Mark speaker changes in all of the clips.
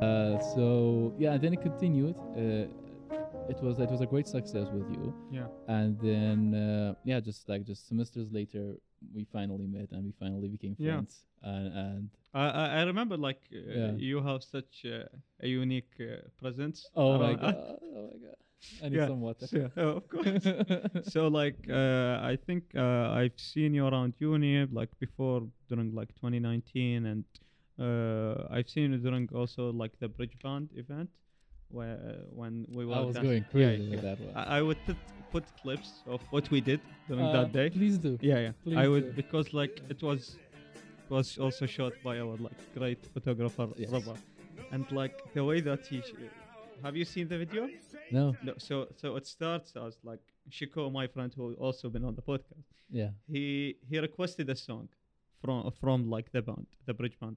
Speaker 1: Uh, so yeah, and then it continued. Uh, it was it was a great success with you.
Speaker 2: Yeah.
Speaker 1: And then uh, yeah, just like just semesters later, we finally met and we finally became
Speaker 2: Yeah.
Speaker 1: friends. And, and
Speaker 2: I I I remember like uh,
Speaker 1: Yeah.
Speaker 2: you have such uh, a unique uh, presence.
Speaker 1: oh my
Speaker 2: around-
Speaker 1: god, oh my god, I need
Speaker 2: Yeah.
Speaker 1: some water.
Speaker 2: So, oh, of course. so like uh, I think uh, I've seen you around UNIB like before during like 2019, and uh, I've seen you during also like the Bridge Band event where when we were.
Speaker 1: I was
Speaker 2: dance-
Speaker 1: going
Speaker 2: yeah,
Speaker 1: crazy
Speaker 2: yeah.
Speaker 1: with that one.
Speaker 2: I, I would put, put clips of what we did during
Speaker 1: Uh,
Speaker 2: that day.
Speaker 1: Please do.
Speaker 2: Yeah, yeah. I
Speaker 1: please
Speaker 2: would
Speaker 1: do.
Speaker 2: because like it was it was also shot by our like great photographer
Speaker 1: Yes.
Speaker 2: Raba, and like the way that he. Sh- have you seen the video?
Speaker 1: No.
Speaker 2: No, so so it starts as like Shiko, my friend who also been on the podcast.
Speaker 1: Yeah.
Speaker 2: He he requested a song from from like the band, the bridge band,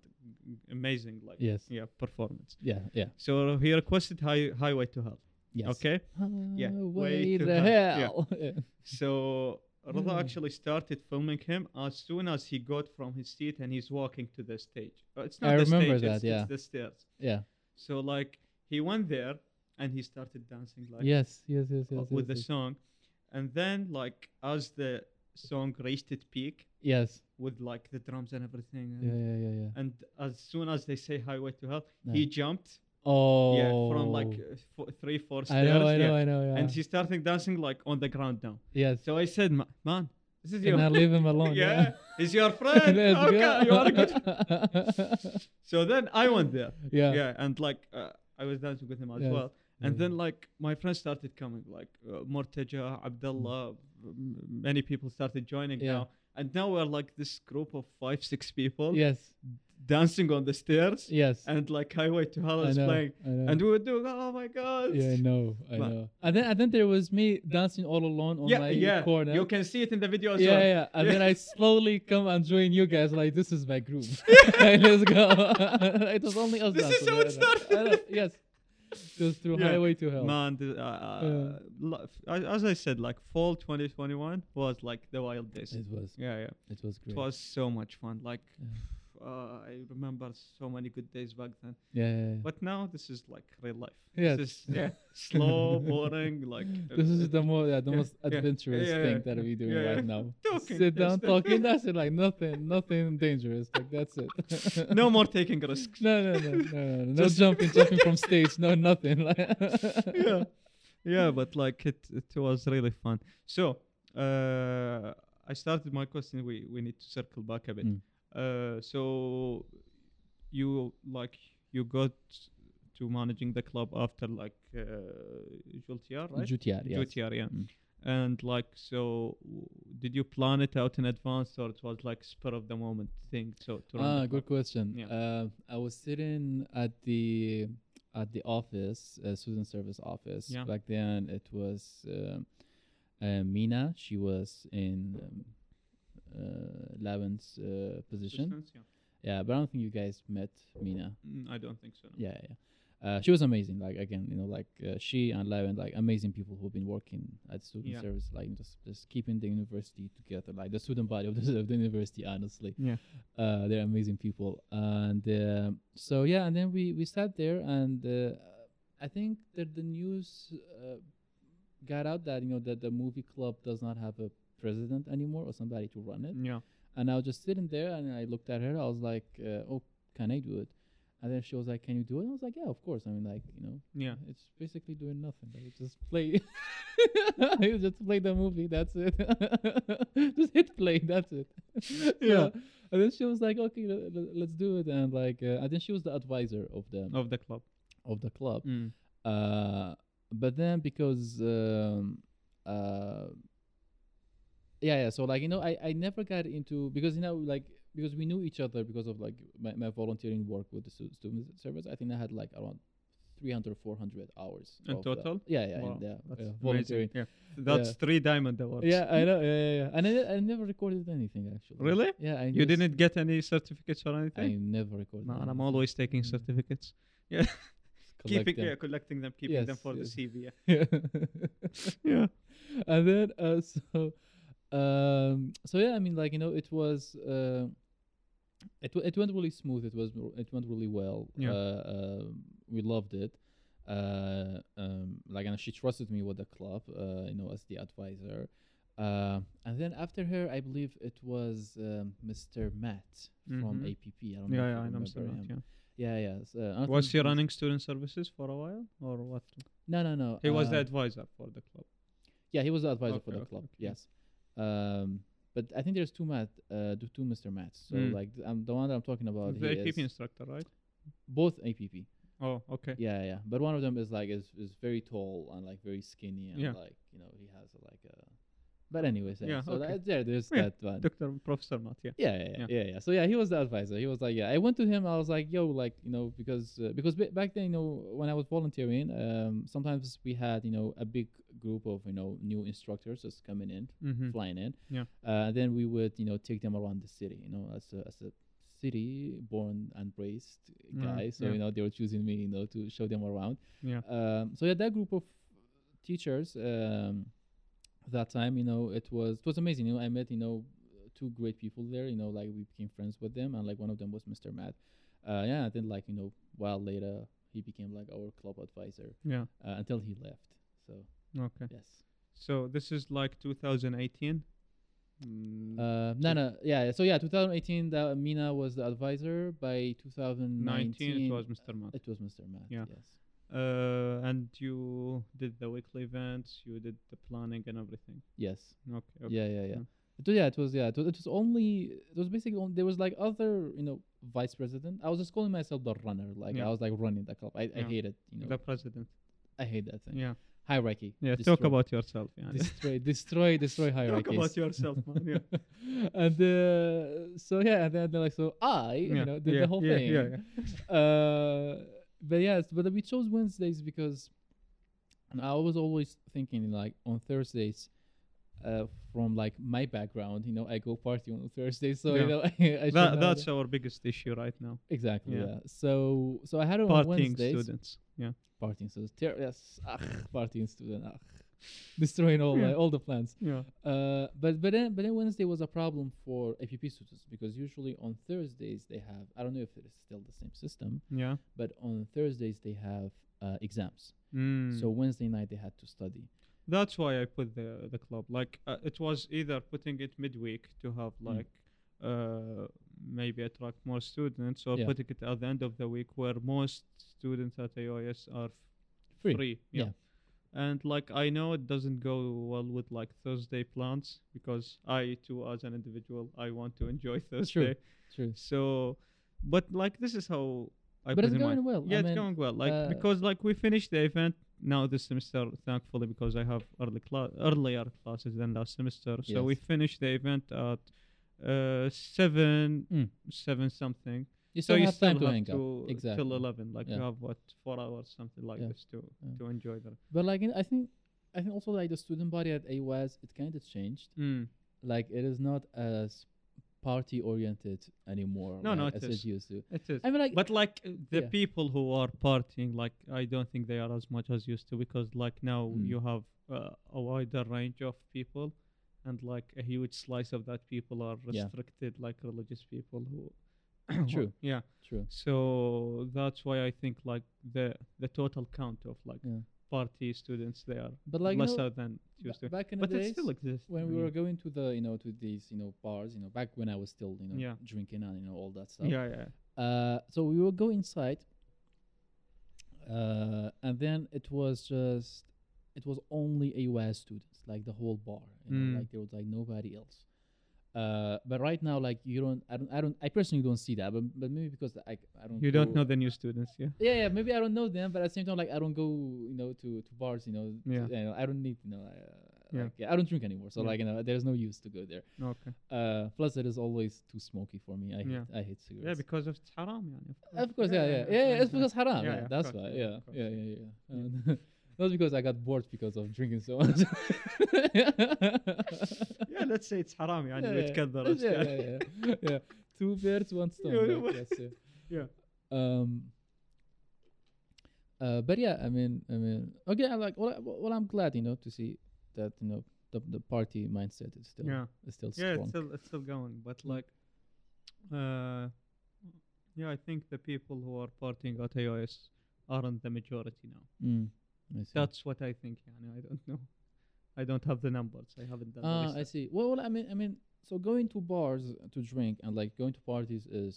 Speaker 2: amazing like
Speaker 1: Yes.
Speaker 2: yeah performance.
Speaker 1: Yeah. Yeah.
Speaker 2: So he requested high, Highway to Hell.
Speaker 1: Yes.
Speaker 2: Okay, Yeah,
Speaker 1: Way
Speaker 2: way to
Speaker 1: the hell.
Speaker 2: hell. so
Speaker 1: Hmm.
Speaker 2: Rada actually started filming him as soon as he got from his seat and he's walking to the stage. Uh, It's not
Speaker 1: I
Speaker 2: the
Speaker 1: remember
Speaker 2: stage, it's,
Speaker 1: that, yeah.
Speaker 2: it's the stairs.
Speaker 1: yeah.
Speaker 2: So like he went there and he started dancing like
Speaker 1: Yes. Yes. Yes.
Speaker 2: uh,
Speaker 1: Yes.
Speaker 2: with the
Speaker 1: yes,
Speaker 2: song and then like as the song reached its peak
Speaker 1: yes.
Speaker 2: with like the drums and everything and,
Speaker 1: Yeah. Yeah. Yeah. Yeah.
Speaker 2: and as soon as they say highway to hell
Speaker 1: Yeah.
Speaker 2: he jumped
Speaker 1: Oh.
Speaker 2: yeah from like uh, four, three four
Speaker 1: I
Speaker 2: stairs
Speaker 1: know. I know.
Speaker 2: yeah,
Speaker 1: I know. Yeah.
Speaker 2: and he's starting dancing like on the ground now
Speaker 1: yes.
Speaker 2: so i said "Ma- man this is
Speaker 1: And I
Speaker 2: your
Speaker 1: leave him alone.
Speaker 2: yeah he's your friend
Speaker 1: Let's
Speaker 2: okay
Speaker 1: go.
Speaker 2: you are good so then i went there
Speaker 1: yeah.
Speaker 2: yeah, and like uh, i was dancing with him as
Speaker 1: Yes. Mm-hmm.
Speaker 2: well
Speaker 1: Yeah.
Speaker 2: and then like my friends started coming like uh, Murtaja, Abdullah, m- many people started joining
Speaker 1: Yeah.
Speaker 2: now. And now we're like this group of five, six people
Speaker 1: Yes.
Speaker 2: dancing on the stairs
Speaker 1: Yes.
Speaker 2: and like Highway to Hell
Speaker 1: I
Speaker 2: is
Speaker 1: know.
Speaker 2: playing.
Speaker 1: I know.
Speaker 2: And we were doing, oh my God.
Speaker 1: yeah, I know. I
Speaker 2: But-
Speaker 1: know. And then and then there was me dancing all alone on
Speaker 2: yeah,
Speaker 1: my
Speaker 2: yeah.
Speaker 1: corner.
Speaker 2: You can see it in the video as
Speaker 1: yeah,
Speaker 2: well.
Speaker 1: yeah. And
Speaker 2: Yeah.
Speaker 1: then I slowly come and join you guys. Like this is my group. Let's go. it was only us.
Speaker 2: This is
Speaker 1: dancing,
Speaker 2: how it
Speaker 1: I know. I know, Yes. Just through
Speaker 2: Yeah.
Speaker 1: highway to hell.
Speaker 2: Man, the, uh, lo- as- as I said, like fall 2021 was like the wild days.
Speaker 1: It was.
Speaker 2: Yeah, yeah.
Speaker 1: It was great.
Speaker 2: It was so much fun. Like,
Speaker 1: Yeah.
Speaker 2: uh, I remember so many good days back then.
Speaker 1: yeah. yeah, yeah.
Speaker 2: But now this is like real life.
Speaker 1: Yes.
Speaker 2: This is yeah, slow, boring, like. uh,
Speaker 1: This is the more yeah, the
Speaker 2: yeah,
Speaker 1: most
Speaker 2: yeah, yeah,
Speaker 1: adventurous
Speaker 2: yeah,
Speaker 1: thing
Speaker 2: yeah,
Speaker 1: that we do
Speaker 2: yeah,
Speaker 1: right
Speaker 2: yeah.
Speaker 1: now.
Speaker 2: Talking,
Speaker 1: Sit down,
Speaker 2: that's it.
Speaker 1: talking. That's it. Like nothing, nothing dangerous. Like that's it.
Speaker 2: no more taking risks.
Speaker 1: no, no, no, no, no, no
Speaker 2: Just-
Speaker 1: jumping, jumping from stage. No, nothing. Like
Speaker 2: yeah, yeah, but like it, it was really fun. So uh, I started my question. We we need to circle back a bit.
Speaker 1: Mm.
Speaker 2: Uh, so you like you got to managing the club after like uh, Jultier, right?
Speaker 1: Jutiar, yes.
Speaker 2: Jutiar, yeah.
Speaker 1: Mm.
Speaker 2: And like, so w- did you plan it out in advance, or it was like spur of the moment thing? So to run
Speaker 1: Ah,
Speaker 2: the
Speaker 1: good
Speaker 2: club?
Speaker 1: question.
Speaker 2: Yeah.
Speaker 1: Uh, I was sitting at the at the office, uh, student service office.
Speaker 2: Yeah.
Speaker 1: Back then, it was uh, uh, Mina. She was in um, uh, Lavin's uh, position.
Speaker 2: Distance, yeah.
Speaker 1: Yeah, but I don't think you guys met Mina.
Speaker 2: Mm, I don't think so. no.
Speaker 1: Yeah, yeah. Uh, she was amazing. Like again, you know, like uh, she and Levin, like amazing people who've been working at student
Speaker 2: Yeah.
Speaker 1: service, like just just keeping the university together, like the student body of the, of the university. Honestly,
Speaker 2: Yeah.
Speaker 1: uh, they're amazing people. And um so yeah, and then we we sat there, and uh, I think that the news uh, got out that you know that the movie club does not have a president anymore or somebody to run it.
Speaker 2: Yeah.
Speaker 1: And I was just sitting there and I looked at her. I was like, uh, oh, can I do it? And then she was like, can you do it? I was like, yeah, of course. I mean, like, you know,
Speaker 2: Yeah.
Speaker 1: it's basically doing nothing. Like, you just play. you just play the movie. That's it. just hit play. That's it.
Speaker 2: Yeah.
Speaker 1: And then she was like, okay, le- le- let's do it. And like, uh, and then she was the advisor of the
Speaker 2: Of the club.
Speaker 1: of the club.
Speaker 2: Mm.
Speaker 1: Uh, but then because um, uh, yeah yeah so like you know I, I never got into because you know like because we knew each other because of like my, my volunteering work with the stu- student service i think i had like around 300 400 hours
Speaker 2: In
Speaker 1: of, uh,
Speaker 2: total?
Speaker 1: yeah yeah, in-
Speaker 2: Wow,
Speaker 1: yeah,
Speaker 2: That's
Speaker 1: yeah,
Speaker 2: amazing.
Speaker 1: volunteering
Speaker 2: Yeah. That's three diamond awards.
Speaker 1: yeah i know yeah yeah, yeah. and I, ne- I never recorded anything actually
Speaker 2: Really?
Speaker 1: yeah I
Speaker 2: You
Speaker 1: just-
Speaker 2: didn't get any certificates or
Speaker 1: i
Speaker 2: anything?
Speaker 1: never recorded
Speaker 2: Man, I'm
Speaker 1: anything.
Speaker 2: always taking
Speaker 1: Mm.
Speaker 2: certificates.
Speaker 1: Collect
Speaker 2: keeping,
Speaker 1: them.
Speaker 2: yeah, collecting them, keeping them
Speaker 1: Yes,
Speaker 2: for
Speaker 1: yes.
Speaker 2: the CV. Yeah.
Speaker 1: yeah. And then uh, so um so yeah, I mean like you know it was uh, it w- it went really smooth. It was r- it went really well.
Speaker 2: Yeah.
Speaker 1: Uh, um we loved it. Uh, um, like and she trusted me with the club. Uh, you know, as the advisor. Uh, and then after her, I believe it was um, Mr. Matt from
Speaker 2: Mhm.
Speaker 1: APP. I don't
Speaker 2: Yeah,
Speaker 1: know
Speaker 2: yeah,
Speaker 1: if you
Speaker 2: I know
Speaker 1: remember
Speaker 2: Mr. Matt,
Speaker 1: him. Yeah, yeah. s- uh,
Speaker 2: yeah.
Speaker 1: another
Speaker 2: Was
Speaker 1: thing
Speaker 2: he
Speaker 1: is-
Speaker 2: running student services for a while, or what?
Speaker 1: No, no, no.
Speaker 2: He was
Speaker 1: uh,
Speaker 2: the advisor for the club.
Speaker 1: Yeah, he was the advisor for
Speaker 2: Okay,
Speaker 1: the
Speaker 2: okay,
Speaker 1: club.
Speaker 2: okay.
Speaker 1: Yes. Um, but I think there's two Matt, uh, th- two Mr. Matts. So
Speaker 2: Mm.
Speaker 1: like th- um, the one that I'm talking about,
Speaker 2: the
Speaker 1: he
Speaker 2: APP
Speaker 1: is
Speaker 2: instructor, right?
Speaker 1: both APP.
Speaker 2: Oh, okay.
Speaker 1: Yeah, yeah. But one of them is like is, is very tall and like very skinny and
Speaker 2: Yeah.
Speaker 1: like you know he has like a. But anyways, yeah.
Speaker 2: Yeah,
Speaker 1: so
Speaker 2: okay.
Speaker 1: that, there, there's
Speaker 2: Yeah,
Speaker 1: that one.
Speaker 2: Doctor Professor Matt. Yeah.
Speaker 1: Yeah, yeah, yeah, yeah, yeah. So yeah, he was the advisor. He was like, yeah. I went to him. I was like, yo, like you know, because uh, because b- back then, you know, when I was volunteering, um, sometimes we had you know a big group of you know new instructors just coming in,
Speaker 2: Mm-hmm.
Speaker 1: flying in.
Speaker 2: Yeah.
Speaker 1: Uh, and then we would you know take them around the city. You know, as a as a city born and raised
Speaker 2: Mm,
Speaker 1: guy, so
Speaker 2: yeah.
Speaker 1: you know they were choosing me, you know, to show them around.
Speaker 2: Yeah.
Speaker 1: Um, so yeah, that group of teachers um, that time, you know, it was it was amazing. You know, I met you know two great people there. You know, like we became friends with them, and like one of them was Mr. Matt. Uh, yeah, and then like you know, while later he became like our club advisor
Speaker 2: Yeah.
Speaker 1: uh, until he left. So
Speaker 2: Okay.
Speaker 1: yes,
Speaker 2: So this is like 2018. Mm,
Speaker 1: uh, no, no, yeah. So yeah, 2018, that Mina was the advisor. By 2019,
Speaker 2: 19. It was Mr. Matt.
Speaker 1: it was Mr. Matt.
Speaker 2: Yeah.
Speaker 1: Yes.
Speaker 2: Uh, and you did the weekly events. You did the planning and everything.
Speaker 1: Yes.
Speaker 2: Okay. okay.
Speaker 1: yeah yeah yeah
Speaker 2: Mm.
Speaker 1: it was, yeah it was yeah it was, it was only it was basically only, there was like other you know vice president i was just calling myself the runner like
Speaker 2: Yeah.
Speaker 1: i was like running the club i, I
Speaker 2: Yeah.
Speaker 1: hate it you know
Speaker 2: The president.
Speaker 1: i hate that thing
Speaker 2: Yeah.
Speaker 1: hierarchy
Speaker 2: Yeah. Talk
Speaker 1: Destroy-
Speaker 2: about yourself. Yeah.
Speaker 1: destroy destroy destroy hierarchies
Speaker 2: Talk about yourself, man. Yeah.
Speaker 1: and uh, so yeah and then they're like so i
Speaker 2: yeah.
Speaker 1: you know did
Speaker 2: yeah.
Speaker 1: the whole
Speaker 2: yeah,
Speaker 1: thing
Speaker 2: Yeah. yeah.
Speaker 1: uh, but yes, but we chose Wednesdays because, and I was always thinking like on Thursdays, uh, from like my background, you know, I go party on Thursdays, so
Speaker 2: Yeah.
Speaker 1: you know, I, I should
Speaker 2: That,
Speaker 1: know
Speaker 2: that's
Speaker 1: that.
Speaker 2: our biggest issue right now.
Speaker 1: exactly
Speaker 2: yeah.
Speaker 1: yeah. So so I had it Oh, on
Speaker 2: Partying
Speaker 1: Wednesdays.
Speaker 2: students. Yeah.
Speaker 1: Partying students, ter- yes, ah, partying student, ah, destroying all my
Speaker 2: Yeah.
Speaker 1: all the plans.
Speaker 2: Yeah.
Speaker 1: Uh, but but then but then Wednesday was a problem for APP students because usually on Thursdays they have I don't know if it is still the same system,
Speaker 2: Yeah.
Speaker 1: but on Thursdays they have uh, exams.
Speaker 2: Mm.
Speaker 1: So Wednesday night they had to study.
Speaker 2: that's why I put the the club. Like uh, it was either putting it midweek to have
Speaker 1: Mm.
Speaker 2: like uh, maybe attract more students, or
Speaker 1: Yeah.
Speaker 2: putting it at the end of the week where most students at AOS are f-
Speaker 1: Free,
Speaker 2: Yeah.
Speaker 1: yeah.
Speaker 2: And like I know it doesn't go well with like Thursday plans because I too as an individual I want to enjoy Thursday.
Speaker 1: True.
Speaker 2: So, but like this is how I
Speaker 1: But
Speaker 2: put
Speaker 1: it's
Speaker 2: in
Speaker 1: going
Speaker 2: mind.
Speaker 1: well. I
Speaker 2: Yeah, it's
Speaker 1: mean,
Speaker 2: going well. Like
Speaker 1: uh,
Speaker 2: because like we finished the event now this semester, thankfully because I have early class earlier classes than last semester. So we
Speaker 1: Yes.
Speaker 2: finished the event at uh seven
Speaker 1: Mm.
Speaker 2: seven something.
Speaker 1: You
Speaker 2: so
Speaker 1: still
Speaker 2: you
Speaker 1: have
Speaker 2: still
Speaker 1: time to
Speaker 2: have
Speaker 1: hang out.
Speaker 2: to
Speaker 1: Exactly.
Speaker 2: till eleven. Like you
Speaker 1: Yeah.
Speaker 2: have what four hours something like
Speaker 1: Yeah.
Speaker 2: this to
Speaker 1: Yeah.
Speaker 2: to enjoy that.
Speaker 1: But like in, I think I think also like the student body at AUS it kind of changed.
Speaker 2: Mm.
Speaker 1: Like it is not as party oriented anymore.
Speaker 2: No,
Speaker 1: like,
Speaker 2: no, it
Speaker 1: as
Speaker 2: is.
Speaker 1: it used to.
Speaker 2: It is.
Speaker 1: I mean like
Speaker 2: but like uh, the
Speaker 1: yeah.
Speaker 2: people who are partying like i don't think they are as much as used to because like now
Speaker 1: Mm.
Speaker 2: you have uh, a wider range of people and like a huge slice of that people are
Speaker 1: Yeah.
Speaker 2: restricted like religious people who
Speaker 1: True.
Speaker 2: yeah
Speaker 1: true.
Speaker 2: so that's why i think like the the total count of like
Speaker 1: Yeah.
Speaker 2: party students they are
Speaker 1: But like you know,
Speaker 2: lesser than
Speaker 1: ba-
Speaker 2: used to
Speaker 1: back in
Speaker 2: but
Speaker 1: the
Speaker 2: it
Speaker 1: days
Speaker 2: still Mm. exists I
Speaker 1: when we
Speaker 2: mean,
Speaker 1: were going to the you know to these you know bars you know back when I was still you know
Speaker 2: Yeah.
Speaker 1: drinking and you know all that stuff.
Speaker 2: yeah yeah
Speaker 1: Uh, so we will go inside uh, and then it was just it was only AUS students like the whole bar you
Speaker 2: Mm.
Speaker 1: know, like there was like nobody else uh, but right now like you don't I don't I don't I personally don't see that but, but maybe because I, I don't
Speaker 2: you don't
Speaker 1: go-
Speaker 2: know the new students yeah
Speaker 1: yeah, yeah, maybe I don't know them, but at the same time, like I don't go, you know, to, to bars, you know,
Speaker 2: Yeah.
Speaker 1: to- you know, I don't need, you know, uh,
Speaker 2: Yeah.
Speaker 1: like, I don't drink anymore, so
Speaker 2: Yeah.
Speaker 1: like you know, there's no use to go there.
Speaker 2: okay
Speaker 1: Uh, plus, it is always too smoky for me. I hate,
Speaker 2: Yeah.
Speaker 1: I hate
Speaker 2: yeah
Speaker 1: cigarettes.
Speaker 2: because of it's haram yani,
Speaker 1: Of course, yeah, yeah, yeah. yeah, it's because haram.
Speaker 2: Yeah,
Speaker 1: Yeah,
Speaker 2: yeah, of
Speaker 1: that's
Speaker 2: course,
Speaker 1: why.
Speaker 2: yeah,
Speaker 1: Yeah,
Speaker 2: of course,
Speaker 1: yeah,
Speaker 2: yeah.
Speaker 1: yeah, yeah. And Not because I got bored because of drinking so much.
Speaker 2: yeah let's say it's haram يعني
Speaker 1: Yeah, yeah.
Speaker 2: بيتكدر
Speaker 1: yeah, yeah, yeah, yeah. Two birds, one stone.
Speaker 2: Yeah,
Speaker 1: like,
Speaker 2: yeah.
Speaker 1: that's it.
Speaker 2: Yeah.
Speaker 1: Um. Uh, but yeah, I mean, I mean, okay, I like. Well, I- well, I'm glad, you know, to see that you know the the party mindset is still Mm.
Speaker 2: yeah
Speaker 1: is still
Speaker 2: yeah
Speaker 1: strong.
Speaker 2: it's still it's still going but like Uh, yeah, I think the people who are porting out iOS aren't the majority now.
Speaker 1: Mm, I see.
Speaker 2: That's what I think. Yani. I don't know. I don't have the numbers. I haven't done. the
Speaker 1: Ah, I
Speaker 2: research.
Speaker 1: see. Well, well, I mean, I mean, so going to bars to drink and like going to parties is,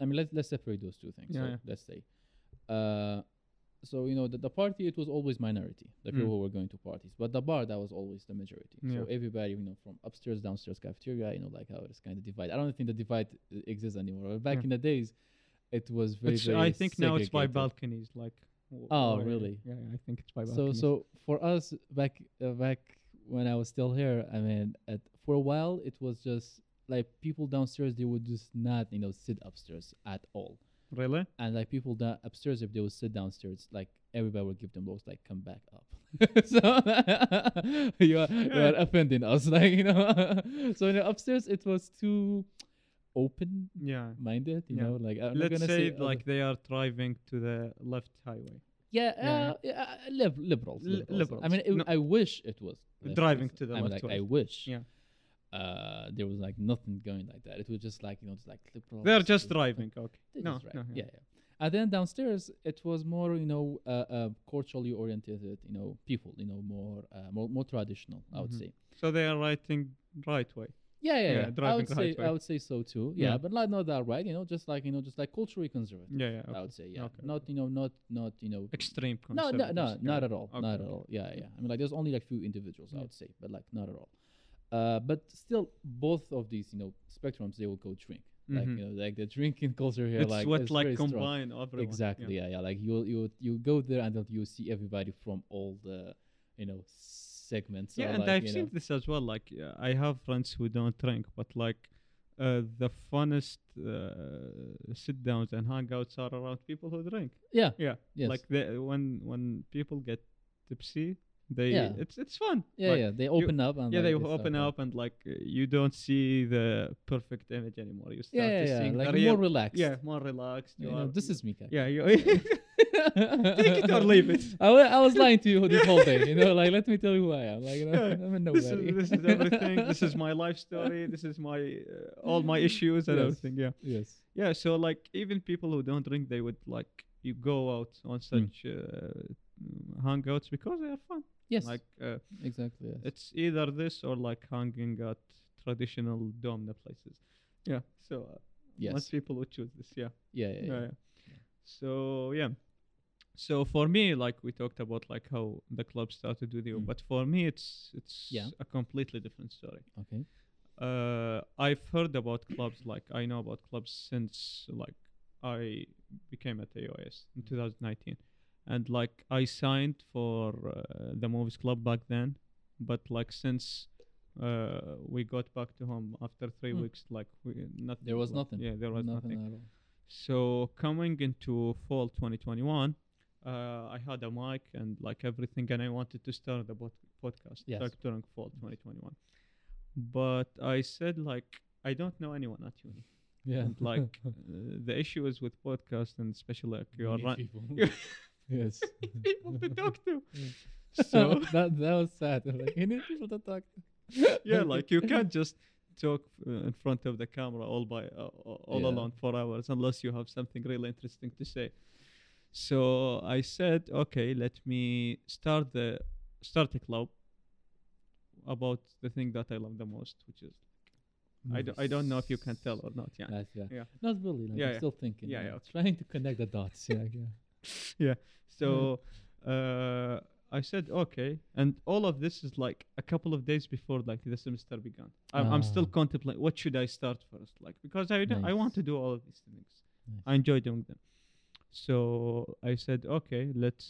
Speaker 1: I mean, let's let's separate those two things.
Speaker 2: Yeah,
Speaker 1: so
Speaker 2: yeah.
Speaker 1: Let's say, uh, so you know, the, the party it was always minority, the people
Speaker 2: Mm.
Speaker 1: who were going to parties, but the bar that was always the majority. So everybody, you know, from upstairs, downstairs, cafeteria, you know, like how it's kind of divided. I don't think the divide uh, exists anymore. But Back
Speaker 2: Yeah.
Speaker 1: in the days, it was very.
Speaker 2: It's-
Speaker 1: very
Speaker 2: I think now it's by
Speaker 1: segregated.
Speaker 2: balconies. Like. w-
Speaker 1: Oh,
Speaker 2: or-
Speaker 1: really?
Speaker 2: Yeah, I think it's by
Speaker 1: So
Speaker 2: balconies.
Speaker 1: so for us back uh, back when I was still here, I mean, at, for a while it was just like people downstairs they would just not you know sit upstairs at all,
Speaker 2: really?
Speaker 1: and like people da- upstairs if they would sit downstairs like everybody would give them looks like come back up. so you are, you are offending us, like you know. so you know, upstairs it was too open
Speaker 2: Yeah.
Speaker 1: minded, you
Speaker 2: Yeah.
Speaker 1: know. Like I'm
Speaker 2: Let's
Speaker 1: not gonna
Speaker 2: say,
Speaker 1: say, other-
Speaker 2: like they are driving to the left highway.
Speaker 1: Yeah,
Speaker 2: Yeah.
Speaker 1: uh, yeah, uh, lib- liberals,
Speaker 2: Li-
Speaker 1: liberals. I
Speaker 2: liberals.
Speaker 1: mean, it,
Speaker 2: No.
Speaker 1: I wish it was left
Speaker 2: Driving
Speaker 1: right.
Speaker 2: to the
Speaker 1: I mean, like,
Speaker 2: left or
Speaker 1: I
Speaker 2: right.
Speaker 1: wish.
Speaker 2: Yeah.
Speaker 1: Uh, there was like nothing going like that. It was just like you know, just like liberals.
Speaker 2: They're just
Speaker 1: liberals,
Speaker 2: driving. Okay.
Speaker 1: they're
Speaker 2: No,
Speaker 1: Oh, just
Speaker 2: no.
Speaker 1: driving. yeah. yeah, And then downstairs, it was more you know, uh, uh, culturally oriented, you know, people, you know, more, uh, more, more traditional. I would
Speaker 2: Mhm.
Speaker 1: say.
Speaker 2: So they are writing right way.
Speaker 1: Yeah, yeah,
Speaker 2: Yeah,
Speaker 1: yeah. I
Speaker 2: driving
Speaker 1: would
Speaker 2: the
Speaker 1: say,
Speaker 2: highway.
Speaker 1: I would say so too. Yeah,
Speaker 2: Yeah.
Speaker 1: but like not that right. You know, just like you know, just like culturally conservative.
Speaker 2: Yeah, yeah.
Speaker 1: I
Speaker 2: Mm, Okay.
Speaker 1: would say, yeah.
Speaker 2: Okay, okay.
Speaker 1: Not you know, not not you know,
Speaker 2: Extreme
Speaker 1: no, no,
Speaker 2: conservatives,
Speaker 1: no,
Speaker 2: yeah.
Speaker 1: not at all,
Speaker 2: Okay,
Speaker 1: not at
Speaker 2: okay.
Speaker 1: all. Yeah, yeah. I mean, like, there's only like few individuals I
Speaker 2: Yeah.
Speaker 1: would say, but like, not at all. Uh, but still, both of these, you know, spectrums, they will go drink. Like,
Speaker 2: Mhm.
Speaker 1: you know, like the drinking culture here,
Speaker 2: It's
Speaker 1: like,
Speaker 2: what
Speaker 1: is
Speaker 2: like
Speaker 1: very strong.
Speaker 2: combine everyone.
Speaker 1: Exactly. Yeah, yeah. Like you, you, you go there and then you see everybody from all the, you know, segments.
Speaker 2: yeah,
Speaker 1: or,
Speaker 2: and
Speaker 1: like,
Speaker 2: I've
Speaker 1: you
Speaker 2: seen
Speaker 1: know-
Speaker 2: this as well. Like, uh, I have friends who don't drink, but like, uh, the funnest uh, sit downs and hangouts are around people who drink.
Speaker 1: Yeah.
Speaker 2: Yeah,
Speaker 1: Yes.
Speaker 2: like the, when when people get tipsy, they
Speaker 1: Yeah.
Speaker 2: it's it's fun.
Speaker 1: yeah,
Speaker 2: Like,
Speaker 1: yeah. They open up and
Speaker 2: Yeah,
Speaker 1: like,
Speaker 2: they
Speaker 1: start,
Speaker 2: open
Speaker 1: like-
Speaker 2: up and like uh, you don't see the perfect image anymore. You start
Speaker 1: Yeah,
Speaker 2: to
Speaker 1: yeah, yeah.
Speaker 2: seeing
Speaker 1: Like
Speaker 2: the real,
Speaker 1: more relaxed.
Speaker 2: yeah, more relaxed.
Speaker 1: You
Speaker 2: You
Speaker 1: know,
Speaker 2: are,
Speaker 1: this is me, guy.
Speaker 2: yeah, you,
Speaker 1: Take
Speaker 2: it or leave it.
Speaker 1: I wa- I was lying to you this whole day. You know, like let me tell you who I am. Like you know,
Speaker 2: Yeah,
Speaker 1: I'm a
Speaker 2: this
Speaker 1: nobody.
Speaker 2: is, this is everything. this is my life story. This is my uh, all my issues and
Speaker 1: Yes.
Speaker 2: everything. Yeah,
Speaker 1: yes.
Speaker 2: yeah. So like even people who don't drink, they would like you go out on
Speaker 1: Hmm.
Speaker 2: such uh, hangouts because they are fun.
Speaker 1: Yes.
Speaker 2: Like uh,
Speaker 1: exactly. Yes.
Speaker 2: it's either this or like hanging at traditional domna places. Yeah. So uh,
Speaker 1: yes.
Speaker 2: most people would choose this. Yeah.
Speaker 1: yeah, yeah, yeah.
Speaker 2: yeah. So yeah. So for me, like we talked about, like how the club started with you,
Speaker 1: Mm.
Speaker 2: but for me, it's it's
Speaker 1: Yeah.
Speaker 2: a completely different story.
Speaker 1: Okay.
Speaker 2: Uh, I've heard about clubs, like I know about clubs since like I became at AOS in
Speaker 1: Mm.
Speaker 2: 2019, and like I signed for uh, the movies club back then, but like since uh, we got back to home after three
Speaker 1: Mm.
Speaker 2: weeks, like we nothing.
Speaker 1: There was
Speaker 2: like-
Speaker 1: nothing.
Speaker 2: Yeah, there was
Speaker 1: Nothing
Speaker 2: nothing.
Speaker 1: at all.
Speaker 2: So coming into fall 2021, uh, I had a mic and like everything, and I wanted to start the pod- podcast
Speaker 1: Yes.
Speaker 2: like during fall 2021. But I said like I don't know anyone at uni.
Speaker 1: Yeah.
Speaker 2: And, like uh, the issue is with podcast and especially like
Speaker 1: You
Speaker 2: you are
Speaker 1: need
Speaker 2: run-
Speaker 1: people. yes.
Speaker 2: people to talk to.
Speaker 1: Yeah.
Speaker 2: So
Speaker 1: that that was sad. I'm Like you need people to talk.
Speaker 2: yeah, like you can't just talk uh, in front of the camera all by uh, all
Speaker 1: Yeah.
Speaker 2: alone for hours unless you have something really interesting to say. So I said, okay, let me start the start a club about the thing that I love the most, which is I, do, I don't know if you can tell or not. Yeah,
Speaker 1: Yes, yeah.
Speaker 2: Yeah.
Speaker 1: Not really. Like,
Speaker 2: Yeah,
Speaker 1: I'm
Speaker 2: yeah.
Speaker 1: still thinking.
Speaker 2: Yeah,
Speaker 1: you
Speaker 2: yeah,
Speaker 1: know,
Speaker 2: okay.
Speaker 1: Trying to connect the dots. Yeah. yeah.
Speaker 2: So
Speaker 1: Mm-hmm.
Speaker 2: uh, I said okay, and all of this is like a couple of days before like the semester began. I'm, I'm still
Speaker 1: Ah.
Speaker 2: contemplating what should I start first, like because I don't, I want
Speaker 1: Nice.
Speaker 2: to do all of these things.
Speaker 1: Nice.
Speaker 2: I enjoy doing them. So I said okay, let's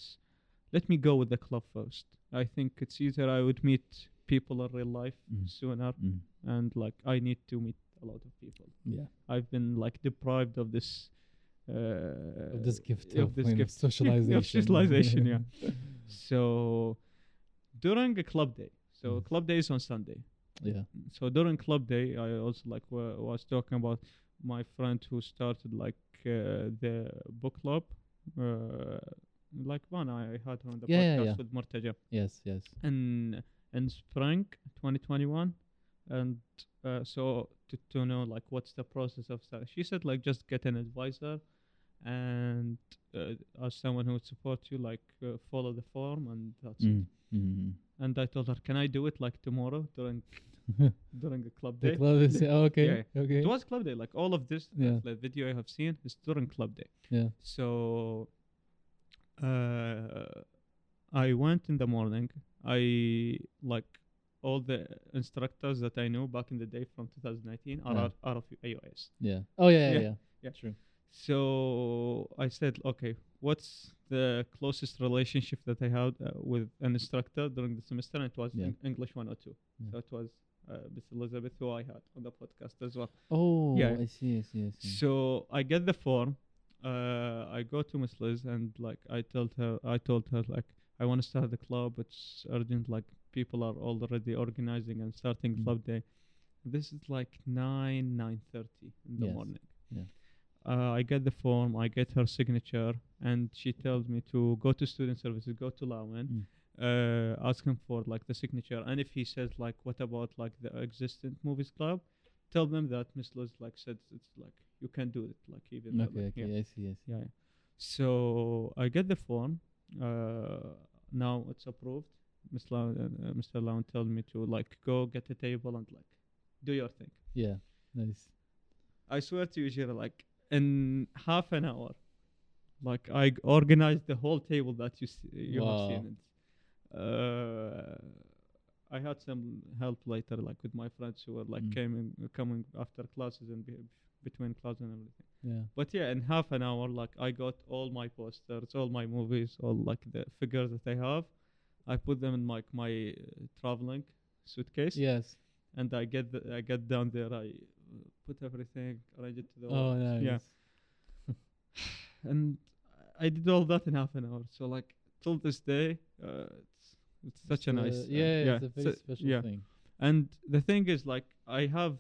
Speaker 2: let me go with the club first. I think it's easier. I would meet people in real life
Speaker 1: Mm.
Speaker 2: sooner,
Speaker 1: Mm.
Speaker 2: and like I need to meet a lot of people.
Speaker 1: Yeah.
Speaker 2: I've been like deprived of this. Uh,
Speaker 1: Of this gift.
Speaker 2: of this
Speaker 1: you know,
Speaker 2: gift
Speaker 1: Socialization.
Speaker 2: of socialization, yeah. So during a club day, so
Speaker 1: Mm.
Speaker 2: club day is on Sunday.
Speaker 1: yeah.
Speaker 2: So during club day, I also like wa was talking about my friend who started like uh, the book club, uh, like one I had on the
Speaker 1: Yeah, yeah,
Speaker 2: podcast
Speaker 1: yeah.
Speaker 2: with Murtaja
Speaker 1: Yes. Yes.
Speaker 2: in in spring 2021, and uh, so wanted to know like what's the process of that. She said like just get an advisor, and uh, as someone who would support you, like uh, follow the form, and that's it.
Speaker 1: Mhm.
Speaker 2: And I told her, can I do it like tomorrow during during the club
Speaker 1: The
Speaker 2: day?
Speaker 1: club is oh, okay. Okay.
Speaker 2: It was club day. Like all of this
Speaker 1: Yeah.
Speaker 2: that, like, video I have seen is during club day.
Speaker 1: Yeah.
Speaker 2: So uh, I went in the morning. I like all the instructors that I knew back in the day from 2019 are
Speaker 1: Yeah.
Speaker 2: out, out of AOS.
Speaker 1: Yeah. Oh yeah. Yeah.
Speaker 2: Yeah.
Speaker 1: Yeah.
Speaker 2: Yeah.
Speaker 1: True.
Speaker 2: So I said, okay, what's the closest relationship that I had uh, with an instructor during the semester? And it was
Speaker 1: Yeah.
Speaker 2: Eng- English 102.
Speaker 1: Yeah.
Speaker 2: So it was uh, Miss Elizabeth, who I had on the podcast as well.
Speaker 1: Oh,
Speaker 2: Yeah.
Speaker 1: I see. I see. I see.
Speaker 2: So I get the form. Uh, I go to Miss Liz and like I told her, I told her like I want to start the club. It's urgent. Like people are already organizing and starting
Speaker 1: Mm.
Speaker 2: club day. This is like nine nine thirty in the
Speaker 1: Yes.
Speaker 2: morning.
Speaker 1: Yeah.
Speaker 2: Uh, I get the form. I get her signature, and she tells me to go to student services, go to Lawen,
Speaker 1: Mm.
Speaker 2: uh, ask him for like the signature, and if he says like, what about like the existing movies club, tell them that Miss Liz like said it's like you can do it like even though,
Speaker 1: okay.
Speaker 2: like,
Speaker 1: Okay.
Speaker 2: yeah.
Speaker 1: I see. I see.
Speaker 2: yeah yeah. so I get the form uh, now it's approved Miss Lown, uh, uh, Mr. Lown told me to like go get a table and like do your thing
Speaker 1: Yeah. Nice.
Speaker 2: I swear to you Jira like in half an hour like I g- organized the whole table that you see, you
Speaker 1: Wow.
Speaker 2: have seen it uh, I had some help later, like with my friends who were like
Speaker 1: Mm.
Speaker 2: came in, coming after classes and be, between classes and everything.
Speaker 1: Yeah.
Speaker 2: But yeah, in half an hour, like I got all my posters, all my movies, all like the figures that I have. I put them in like my uh, traveling suitcase,
Speaker 1: Yes.
Speaker 2: and I get the, I get down there. I uh, put everything, arrange it to the
Speaker 1: Oh,
Speaker 2: wall,
Speaker 1: nice.
Speaker 2: yeah. and I did all that in half an hour. So like till this day, uh, it's it's such a
Speaker 1: It's, uh,
Speaker 2: nice, uh,
Speaker 1: yeah, It's a
Speaker 2: so-
Speaker 1: very special
Speaker 2: yeah.
Speaker 1: thing.
Speaker 2: And the thing is, like, I have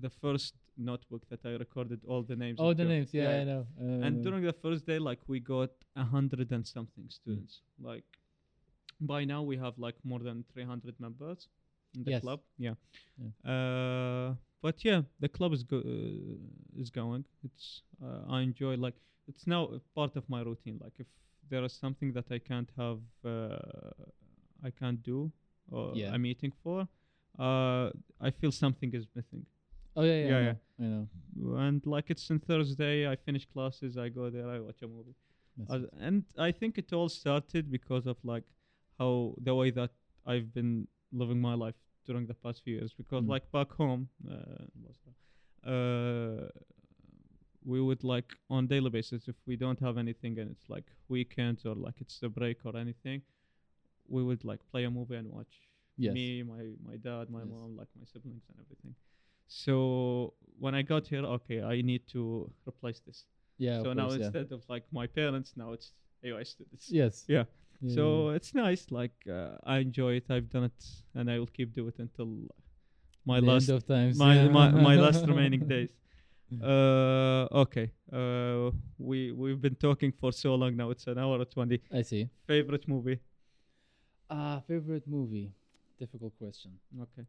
Speaker 2: the first notebook that I recorded all the names.
Speaker 1: Oh,
Speaker 2: of
Speaker 1: the
Speaker 2: people.
Speaker 1: names. Yeah, I know. Um, I know, I
Speaker 2: And
Speaker 1: know.
Speaker 2: during the first day, like we got a hundred and something
Speaker 1: Mm.
Speaker 2: students. Like by now we have like more than three hundred members in the
Speaker 1: Yes.
Speaker 2: club. Yeah. Uh, but yeah, the club is go- uh, is going. It's uh, I enjoy like it's now a part of my routine. Like if there is something that I can't have, uh, I can't do, or
Speaker 1: Yeah.
Speaker 2: a meeting for, uh, I feel something is missing
Speaker 1: Oh yeah, yeah,
Speaker 2: Yeah,
Speaker 1: I,
Speaker 2: yeah.
Speaker 1: Know. I know.
Speaker 2: and like it's on Thursday. I finish classes. I go there. I watch a movie.
Speaker 1: That's
Speaker 2: Uh,
Speaker 1: it.
Speaker 2: and I think it all started because of like how the way that I've been living my life during the past few years. Because
Speaker 1: Mm.
Speaker 2: like back home, uh, what's that, uh, we would like on daily basis if we don't have anything and it's like weekends or like it's a break or anything, we would like play a movie and watch
Speaker 1: Yes.
Speaker 2: me, my my dad, my
Speaker 1: Yes.
Speaker 2: mom, like my siblings and everything. So when I got here, okay, I need to replace this.
Speaker 1: Yeah.
Speaker 2: so
Speaker 1: of
Speaker 2: now
Speaker 1: course, yeah.
Speaker 2: instead of like my parents, now it's AI students.
Speaker 1: Yes.
Speaker 2: Yeah.
Speaker 1: Yeah,
Speaker 2: So it's nice. Like uh, I enjoy it. I've done it, and I will keep do it until my
Speaker 1: the
Speaker 2: last
Speaker 1: end of times.
Speaker 2: my,
Speaker 1: yeah. Mm.
Speaker 2: my my last remaining days. Uh, okay. Uh, we we've been talking for so long now. It's an hour or twenty.
Speaker 1: I see.
Speaker 2: Favorite movie?
Speaker 1: Ah, favorite movie. Difficult question.
Speaker 2: Okay.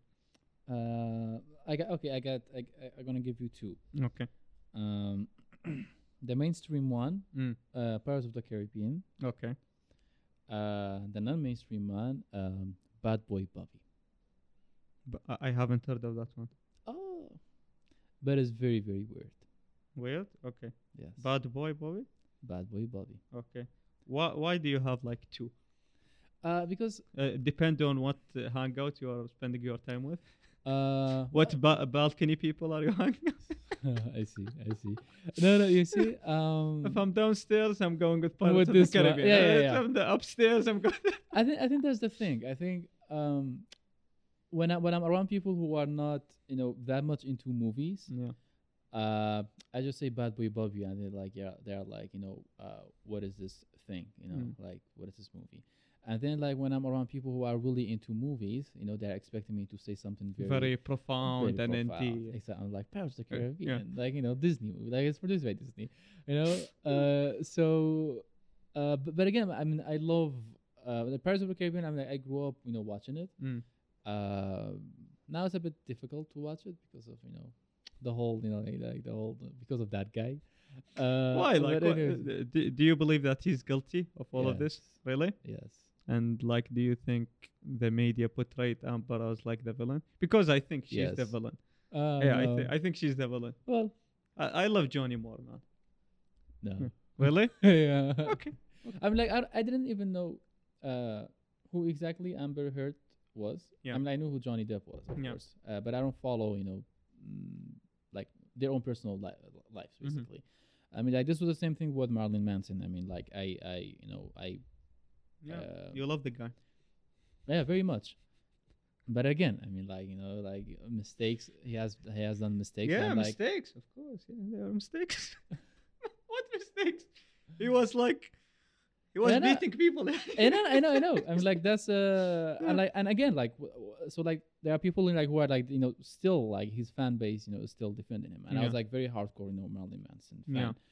Speaker 1: Uh, I got okay. I got. I, I, I'm gonna give you two.
Speaker 2: Okay.
Speaker 1: Um, the mainstream one,
Speaker 2: Mm.
Speaker 1: uh, Pirates of the Caribbean.
Speaker 2: Okay.
Speaker 1: Uh, the non-mainstream one, um, Bad Boy Bobby.
Speaker 2: But I- I haven't heard of that one.
Speaker 1: Oh, but it's very very weird.
Speaker 2: Weird. Okay.
Speaker 1: Yes.
Speaker 2: Bad boy, Bobby.
Speaker 1: Bad Boy Bobby.
Speaker 2: Okay. Why why do you have like two?
Speaker 1: Uh, because
Speaker 2: Uh, depend on what uh, hangout you are spending your time with.
Speaker 1: uh,
Speaker 2: What ba- balcony people are you hanging? with?
Speaker 1: I see. I see. No, no. You see, um,
Speaker 2: If I'm downstairs, I'm going with Pirates
Speaker 1: With
Speaker 2: of
Speaker 1: this
Speaker 2: the
Speaker 1: one.
Speaker 2: Caribbean.
Speaker 1: Yeah, yeah,
Speaker 2: Uh,
Speaker 1: yeah.
Speaker 2: If I'm the upstairs, I'm going.
Speaker 1: I think I think that's the thing. I think um, when I when I'm around people who are not you know that much into movies,
Speaker 2: yeah. Mm.
Speaker 1: uh, I just say Bad Boy Bobby, and they're like, yeah, they're like, you know, uh, what is this thing? You know,
Speaker 2: Mm.
Speaker 1: like what is this movie? And then like when I'm around people who are really into movies, you know, they're expecting me to say something very.
Speaker 2: Very, profound
Speaker 1: very
Speaker 2: and
Speaker 1: profound.
Speaker 2: NT.
Speaker 1: Exactly. Like Pirates of the
Speaker 2: Uh, yeah.
Speaker 1: Caribbean, like you know Disney movie, like it's produced by Disney, you know. Uh, so, uh, but, but again, I mean, I love uh, the Pirates of the Caribbean. I mean, I grew up, you know, watching it.
Speaker 2: Mm.
Speaker 1: Uh, now it's a bit difficult to watch it because of you know the whole you know like, like the whole because of that guy. Uh,
Speaker 2: Why? Like,
Speaker 1: but
Speaker 2: what,
Speaker 1: anyways,
Speaker 2: do, do you believe that he's guilty of all of this?
Speaker 1: Yes.
Speaker 2: Really?
Speaker 1: yes.
Speaker 2: And like, do you think the media portrayed Amber as like the villain? Because I think she's the
Speaker 1: Yes.
Speaker 2: villain.
Speaker 1: Uh,
Speaker 2: yeah, I,
Speaker 1: no.
Speaker 2: th- I think she's the villain.
Speaker 1: well,
Speaker 2: I, I love Johnny Moore, man. Hmm.
Speaker 1: no.
Speaker 2: Really?
Speaker 1: yeah.
Speaker 2: okay.
Speaker 1: I'm like I, I didn't even know uh, who exactly Amber Heard was.
Speaker 2: Yeah.
Speaker 1: I mean I knew who Johnny Depp was, of
Speaker 2: Yeah.
Speaker 1: course, uh, but I don't follow you know mm, like their own personal li- lives
Speaker 2: Mhm.
Speaker 1: basically. I mean like this was the same thing with Marilyn Manson. I mean like I I you know I
Speaker 2: Yeah.
Speaker 1: uh,
Speaker 2: you love the guy.
Speaker 1: yeah very much. But again, I mean, like you know, like mistakes. He has he has done mistakes.
Speaker 2: yeah,
Speaker 1: and, like,
Speaker 2: mistakes, of course. Yeah, there are mistakes. what mistakes? He was like, he was
Speaker 1: Yeah, no.
Speaker 2: beating people.
Speaker 1: I know, I know, I know. I'm like that's uh,
Speaker 2: Yeah.
Speaker 1: and like, and again, like, w- w- so like there are people in like who are like you know still like his fan base, you know, is still defending him, and I
Speaker 2: Yeah.
Speaker 1: was like very hardcore, you know, Marilyn Manson fan.
Speaker 2: Yeah.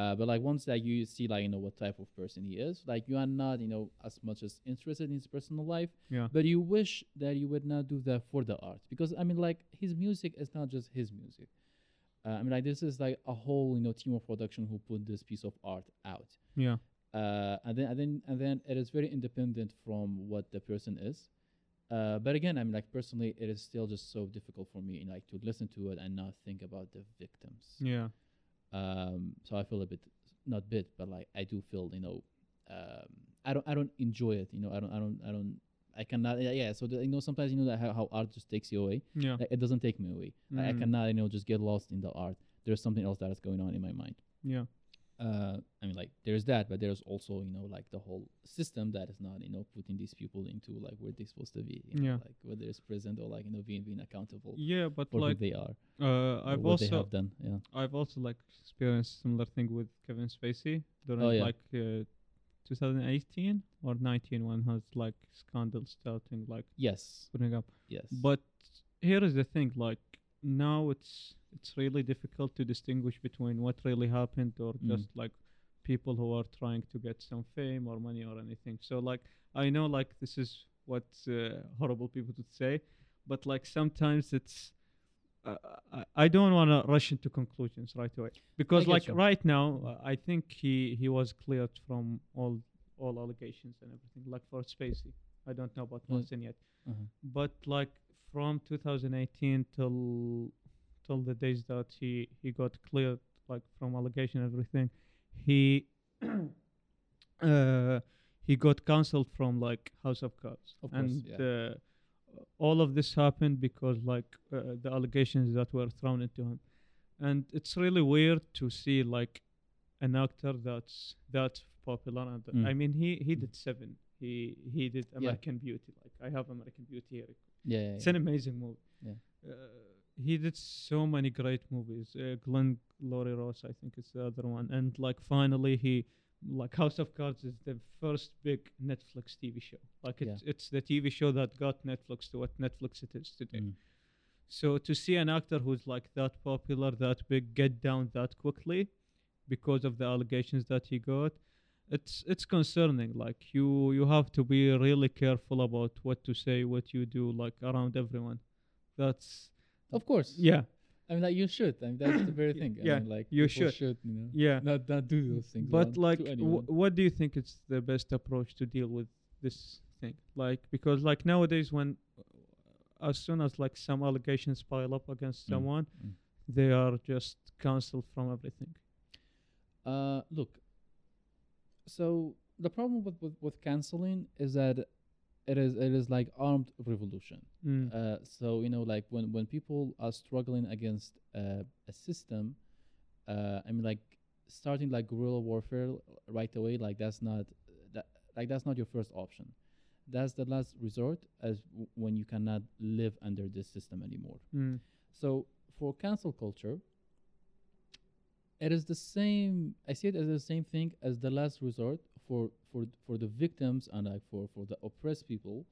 Speaker 1: Uh, but like once like you see like you know what type of person he is, like you are not you know as much as interested in his personal life.
Speaker 2: Yeah.
Speaker 1: But you wish that you would not do that for the art because I mean like his music is not just his music. Uh, I mean like this is like a whole you know team of production who put this piece of art out
Speaker 2: yeah.
Speaker 1: uh, and then and then and then it is very independent from what the person is. Uh, but again, I mean, like personally, it is still just so difficult for me, like to listen to it and not think about the victims.
Speaker 2: Yeah.
Speaker 1: Um, so I feel a bit, not bit, but like I do feel, you know, um, I don't, I don't enjoy it. You know, I don't, I don't, I don't, I cannot. Yeah, yeah. So the, you know, sometimes you know that how, how art just takes you away.
Speaker 2: Yeah.
Speaker 1: Like, it doesn't take me away. Like, I
Speaker 2: Mm.
Speaker 1: cannot, you know, just get lost in the art. There's something else that is going on in my mind
Speaker 2: Yeah.
Speaker 1: uh, I mean, like there's that, but there's also you know like the whole system that is not you know putting these people into like where they're supposed to be, you know,
Speaker 2: Yeah.
Speaker 1: like whether it's present or like you know being being accountable
Speaker 2: Yeah, but
Speaker 1: for
Speaker 2: like
Speaker 1: who they are,
Speaker 2: uh,
Speaker 1: or
Speaker 2: I've
Speaker 1: what they
Speaker 2: also
Speaker 1: have done. Yeah,
Speaker 2: I've also like experienced similar thing with Kevin Spacey during
Speaker 1: Oh, yeah.
Speaker 2: like uh, 2018 or 19 when has like scandal starting like
Speaker 1: yes,
Speaker 2: putting up.
Speaker 1: yes,
Speaker 2: But here is the thing, like now it's it's really difficult to distinguish between what really happened or
Speaker 1: Mm.
Speaker 2: just like people who are trying to get some fame or money or anything. So like I know like this is what uh, horrible people would say, but like sometimes it's uh, I, I don't want to rush into conclusions right away because
Speaker 1: get
Speaker 2: like
Speaker 1: you.
Speaker 2: right now uh, I think he he was cleared from all all allegations and everything like for Spacey. I don't know about
Speaker 1: Mm.
Speaker 2: Monson yet
Speaker 1: uh-huh.
Speaker 2: but like from 2018 till till the days that he he got cleared like from allegation and everything he uh he got cancelled from like house of cards
Speaker 1: Of course,
Speaker 2: and
Speaker 1: yeah.
Speaker 2: uh, all of this happened because like uh, the allegations that were thrown into him and it's really weird to see like an actor that's that's popular and
Speaker 1: Mm.
Speaker 2: i mean he he
Speaker 1: Mm.
Speaker 2: did seven he he did
Speaker 1: Yeah.
Speaker 2: american beauty like i have american beauty here
Speaker 1: yeah, yeah,
Speaker 2: it's
Speaker 1: yeah.
Speaker 2: an amazing movie.
Speaker 1: Yeah.
Speaker 2: Uh, he did so many great movies. Uh, Glenn Glory Ross, I think, is the other one. And like finally, he like House of Cards is the first big Netflix TV show. Like it's it's the TV show that got Netflix to what Netflix it is today.
Speaker 1: Mm.
Speaker 2: So to see an actor who's like that popular, that big, get down that quickly because of the allegations that he got, it's it's concerning. Like you you have to be really careful about what to say, what you do, like around everyone. That's
Speaker 1: of course.
Speaker 2: yeah,
Speaker 1: I mean, like you should. I mean, that's the very
Speaker 2: Y-
Speaker 1: thing. I
Speaker 2: yeah,
Speaker 1: mean, like
Speaker 2: you
Speaker 1: people
Speaker 2: should.
Speaker 1: you know,
Speaker 2: yeah.
Speaker 1: not not do those things. around
Speaker 2: But
Speaker 1: to
Speaker 2: like, w-
Speaker 1: anyone.
Speaker 2: what do you think is the best approach to deal with this thing? Like because like nowadays when uh, as soon as like some allegations pile up against
Speaker 1: Mm,
Speaker 2: someone,
Speaker 1: mm.
Speaker 2: they are just cancelled from everything.
Speaker 1: Uh, look. So the problem with, with with canceling is that it is it is like armed revolution.
Speaker 2: Mm.
Speaker 1: Uh, so you know, like when when people are struggling against uh, a system, uh, I mean, like starting like guerrilla warfare right away, like that's not that like that's not your first option. That's the last resort, as w- when you cannot live under this system anymore.
Speaker 2: mm.
Speaker 1: So for cancel culture, it is the same. I see it as the same thing as the last resort for for for the victims and like for for the oppressed people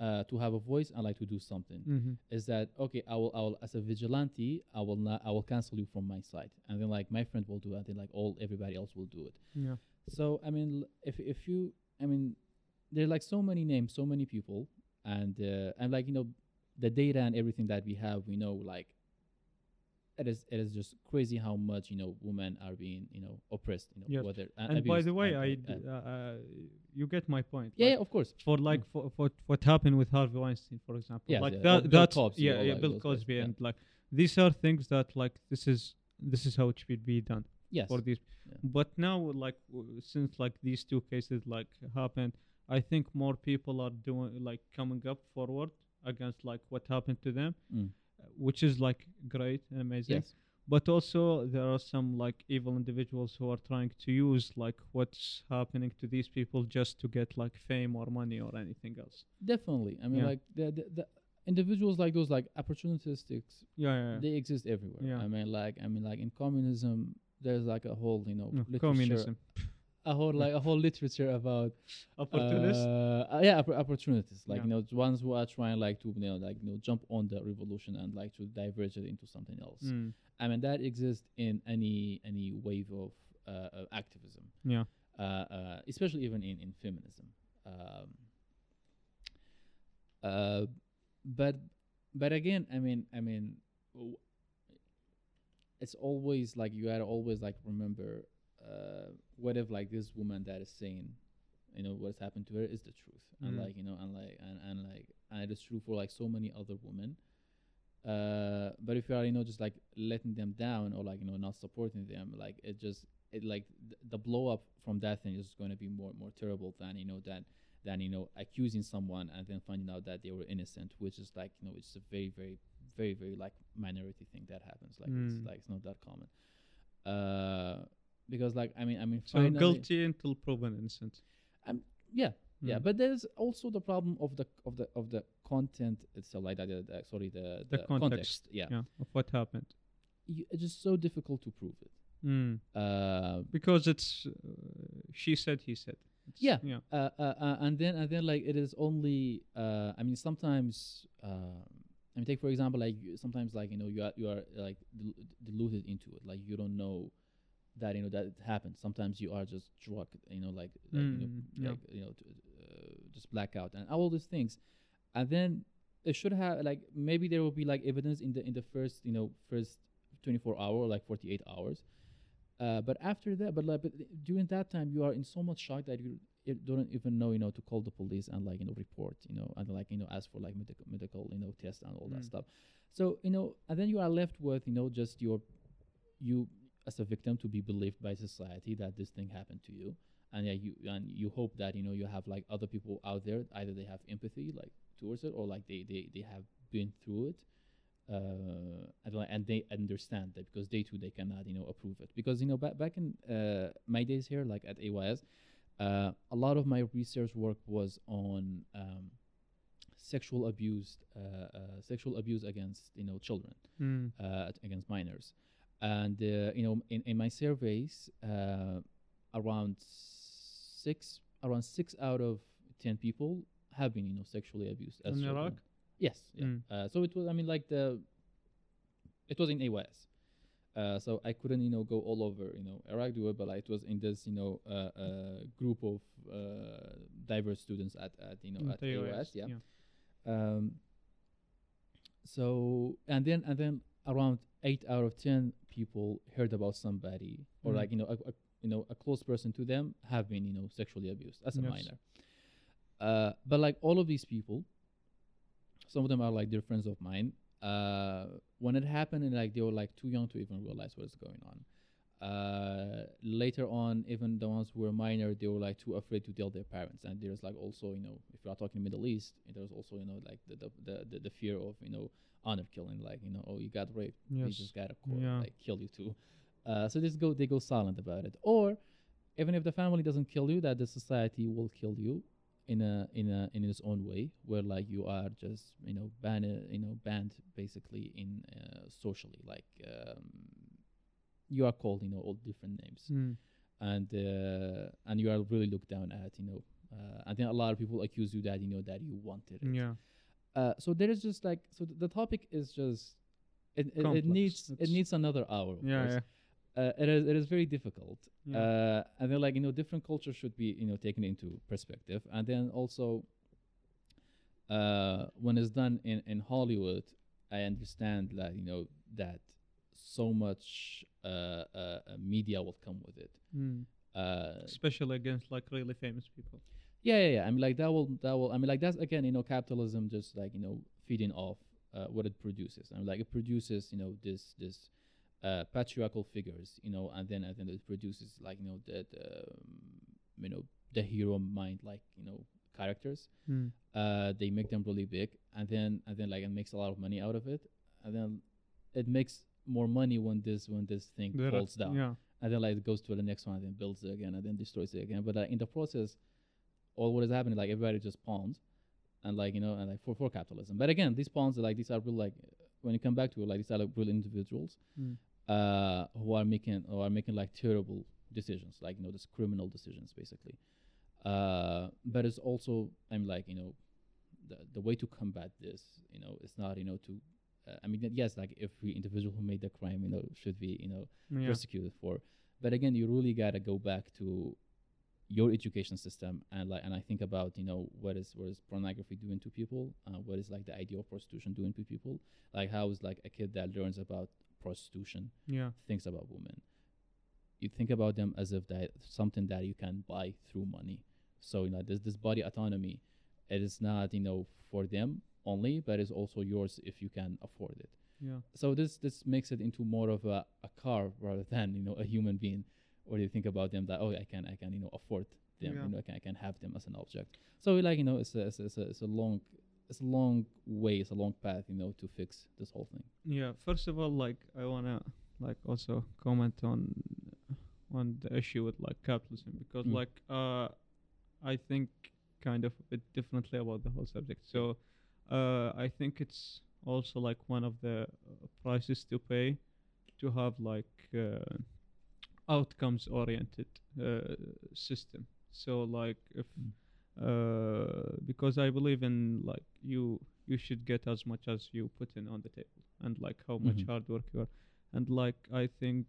Speaker 1: uh, to have a voice and like to do something.
Speaker 2: Mm-hmm.
Speaker 1: Is that okay? I will I will as a vigilante I will not I will cancel you from my side and then like my friend will do it and then like all everybody else will do it.
Speaker 2: Yeah.
Speaker 1: So I mean, l- if if you, I mean, there are like so many names, so many people, and uh, and like you know, the data and everything that we have, we know like it is it is just crazy how much you know women are being you know oppressed you know
Speaker 2: Yes.
Speaker 1: whether uh,
Speaker 2: and by
Speaker 1: abused
Speaker 2: the way,
Speaker 1: and,
Speaker 2: I
Speaker 1: uh,
Speaker 2: d-
Speaker 1: and-
Speaker 2: uh, uh, you get my point.
Speaker 1: yeah,
Speaker 2: like,
Speaker 1: yeah, of course
Speaker 2: for like for, for what happened with Harvey Weinstein, for example.
Speaker 1: Hmm. Yes,
Speaker 2: like
Speaker 1: yeah, or
Speaker 2: that
Speaker 1: Bill
Speaker 2: that's
Speaker 1: Cosby,
Speaker 2: yeah,
Speaker 1: or
Speaker 2: yeah,
Speaker 1: like
Speaker 2: Bill
Speaker 1: those guys,
Speaker 2: Cosby
Speaker 1: yeah.
Speaker 2: and like these are things that like this is this is how it should be done
Speaker 1: yes
Speaker 2: for these.
Speaker 1: Yeah.
Speaker 2: But now like w- since like these two cases like happened, I think more people are doing like coming up forward against like what happened to them,
Speaker 1: Mm.
Speaker 2: uh, which is like great and amazing
Speaker 1: yes
Speaker 2: but also there are some like evil individuals who are trying to use like what's happening to these people just to get like fame or money or anything else
Speaker 1: definitely i mean
Speaker 2: Yeah.
Speaker 1: like the, the, the individuals like those like opportunistics
Speaker 2: yeah yeah,
Speaker 1: they exist everywhere
Speaker 2: Yeah.
Speaker 1: i mean like i mean like in communism there's like a whole you know
Speaker 2: yeah.
Speaker 1: literature,
Speaker 2: Mm, communism
Speaker 1: a whole like a whole literature about
Speaker 2: opportunist
Speaker 1: Uh, uh, yeah, oppor- opportunities. Like
Speaker 2: Yeah.
Speaker 1: you know, the ones who are trying like to you know, like you know, jump on the revolution and like to diverge it into something else.
Speaker 2: Mm,
Speaker 1: I mean, that exists in any any wave of uh, uh, activism,
Speaker 2: yeah
Speaker 1: uh, uh, especially even in in feminism. Um, uh, but but again, I mean, I mean, w- it's always like you gotta always like remember uh, what if like this woman that is saying, you know, what's happened to her is the truth, and
Speaker 2: Mhm.
Speaker 1: like you know, and like and, and like and it is true for like so many other women. Uh, but if you are you know just like letting them down or like you know not supporting them, like it just it like th- the blow up from that thing is going to be more more terrible than you know that than you know accusing someone and then finding out that they were innocent, which is like you know it's a very very very very like minority thing that happens. Like
Speaker 2: Mm.
Speaker 1: it's like it's not that common. Uh, because like I mean I mean
Speaker 2: so
Speaker 1: finally-
Speaker 2: guilty until proven innocent
Speaker 1: yeah yeah
Speaker 2: Mm.
Speaker 1: but there's also the problem of the of the of the content itself like that the, the, sorry the
Speaker 2: The context,
Speaker 1: yeah,
Speaker 2: yeah of what happened
Speaker 1: You, it's just so difficult to prove it
Speaker 2: mm.
Speaker 1: uh,
Speaker 2: because it's uh, she said he said It's-
Speaker 1: Yeah.
Speaker 2: yeah
Speaker 1: uh, uh, uh, and then and then like it is only uh, I mean sometimes um, I mean take for example like you- sometimes like you know you are you are like del- deluded into it like you don't know that you know that it happened sometimes you are just drunk you know like like you know,
Speaker 2: Mm, yeah.
Speaker 1: like, you know t- uh, just blackout and all these things and then it should have like maybe there will be like evidence in the in the first you know first 24 hour or like 48 hours uh, but after that but like but during that time you are in so much shock that you you don't even know you know to call the police and like you know report you know and like you know ask for like medical medical you know tests and all that
Speaker 2: Mm.
Speaker 1: stuff so you know and then you are left with you know just your you as a victim to be believed by society that this thing happened to you and yeah you and you hope that you know you have like other people out there either they have empathy like towards it or like they they, they have been through it uh and, like, and they understand that because they too they cannot you know approve it because you know back back in uh my days here like at ays uh a lot of my research work was on um sexual abuse uh, uh sexual abuse against you know children
Speaker 2: Mm,
Speaker 1: uh, at- against minors. And uh, you know, in, in my surveys, uh, around six around six out of ten people have been you know sexually abused. as
Speaker 2: In
Speaker 1: children.
Speaker 2: Iraq?
Speaker 1: Yes. Yeah.
Speaker 2: Mm.
Speaker 1: Uh, so it was. I mean, like the it was in AYS. Uh, so I couldn't, you know, go all over, you know, Iraq do it, but like, it was in this, you know, uh, uh, group of uh, diverse students at, at you know,
Speaker 2: in
Speaker 1: at
Speaker 2: the
Speaker 1: AOS,
Speaker 2: US,
Speaker 1: yeah. Um, so and then and then around eight out of ten people heard about somebody or
Speaker 2: Mm.
Speaker 1: like you know a, a you know a close person to them have been you know sexually abused as a
Speaker 2: Yes.
Speaker 1: minor. Uh, but like all of these people, some of them are like dear friends of mine. Uh, when it happened, and like they were like too young to even realize what is going on. Uh, later on, even the ones who were minor, they were like too afraid to tell their parents. And there's like also, you know, if you are talking Middle East, there's also, you know, like the the, the, the, the fear of, you know, honor killing, like, you know, oh, you got raped,
Speaker 2: yes
Speaker 1: we just gotta court,
Speaker 2: Yeah.
Speaker 1: like kill you too. Uh, so they just go they go silent about it. Or even if the family doesn't kill you, that the society will kill you in a in a in its own way, where like you are just you know banned you know banned basically in uh, socially, like um, you are called you know all different names
Speaker 2: Mm,
Speaker 1: and uh, and you are really looked down at you know. Uh, and then a lot of people accuse you that you know that you wanted it.
Speaker 2: yeah
Speaker 1: Uh, so there is just like so th- the topic is just it, it, it
Speaker 2: Complex.
Speaker 1: needs it
Speaker 2: It's-
Speaker 1: needs another hour. of
Speaker 2: yeah
Speaker 1: course.
Speaker 2: yeah,
Speaker 1: Uh, it is it is very difficult.
Speaker 2: yeah.
Speaker 1: Uh, and then like you know different cultures should be you know taken into perspective. And then also uh, when it's done in in Hollywood, I understand that you know that so much uh, uh, uh, media will come with it.
Speaker 2: Mm.
Speaker 1: Uh,
Speaker 2: especially against like really famous people.
Speaker 1: yeah, yeah, yeah. I mean, like that will that will. I mean, like that's again, you know, capitalism just like you know feeding off uh, what it produces. I mean, like it produces you know this this uh, patriarchal figures, you know, and then and then it produces like you know the, the um, you know the hero mind like you know characters.
Speaker 2: Mm.
Speaker 1: Uh, they make them really big, and then and then like it makes a lot of money out of it, and then it makes more money when this when this thing
Speaker 2: There are-
Speaker 1: falls down
Speaker 2: Yeah.
Speaker 1: and then like it goes to the next one and then builds it again and then destroys it again. But uh, in the process, all what is happening, like everybody just pawns, and like you know, and like for for capitalism. But again, these pawns are like these are real like when you come back to it, like these are like real individuals
Speaker 2: Mm.
Speaker 1: uh, who are making who are making like terrible decisions, like you know, just criminal decisions basically. Uh, but it's also I'm like you know, the the way to combat this, you know, it's not you know to uh, I mean, yes, like every individual who made the crime, you know, should be, you know,
Speaker 2: Yeah.
Speaker 1: persecuted for. But again, you really gotta go back to your education system and like and I think about you know what is what is pornography doing to people, uh, what is like the idea of prostitution doing to people, like how is like a kid that learns about prostitution
Speaker 2: yeah.
Speaker 1: thinks about women. You think about them as if that something that you can buy through money. So you know this this body autonomy, it is not you know for them only, but it's also yours if you can afford it
Speaker 2: Yeah.
Speaker 1: so this this makes it into more of a, a car rather than you know a human being or you think about them that oh i can i can you know afford them
Speaker 2: Yeah.
Speaker 1: you know I can, I can have them as an object so like you know it's a, it's, a, it's, a, it's a long it's a long way it's a long path you know to fix this whole thing
Speaker 2: Yeah. First of all, like I wanna like also comment on on the issue with like capitalism because
Speaker 1: Mm.
Speaker 2: like uh I think kind of a bit differently about the whole subject. So uh I think it's also like one of the uh, prices to pay to have like uh, outcomes oriented uh, system. So like if
Speaker 1: Mm.
Speaker 2: uh because I believe in like you you should get as much as you put in on the table and like how much
Speaker 1: Mhm.
Speaker 2: hard work you are and like I think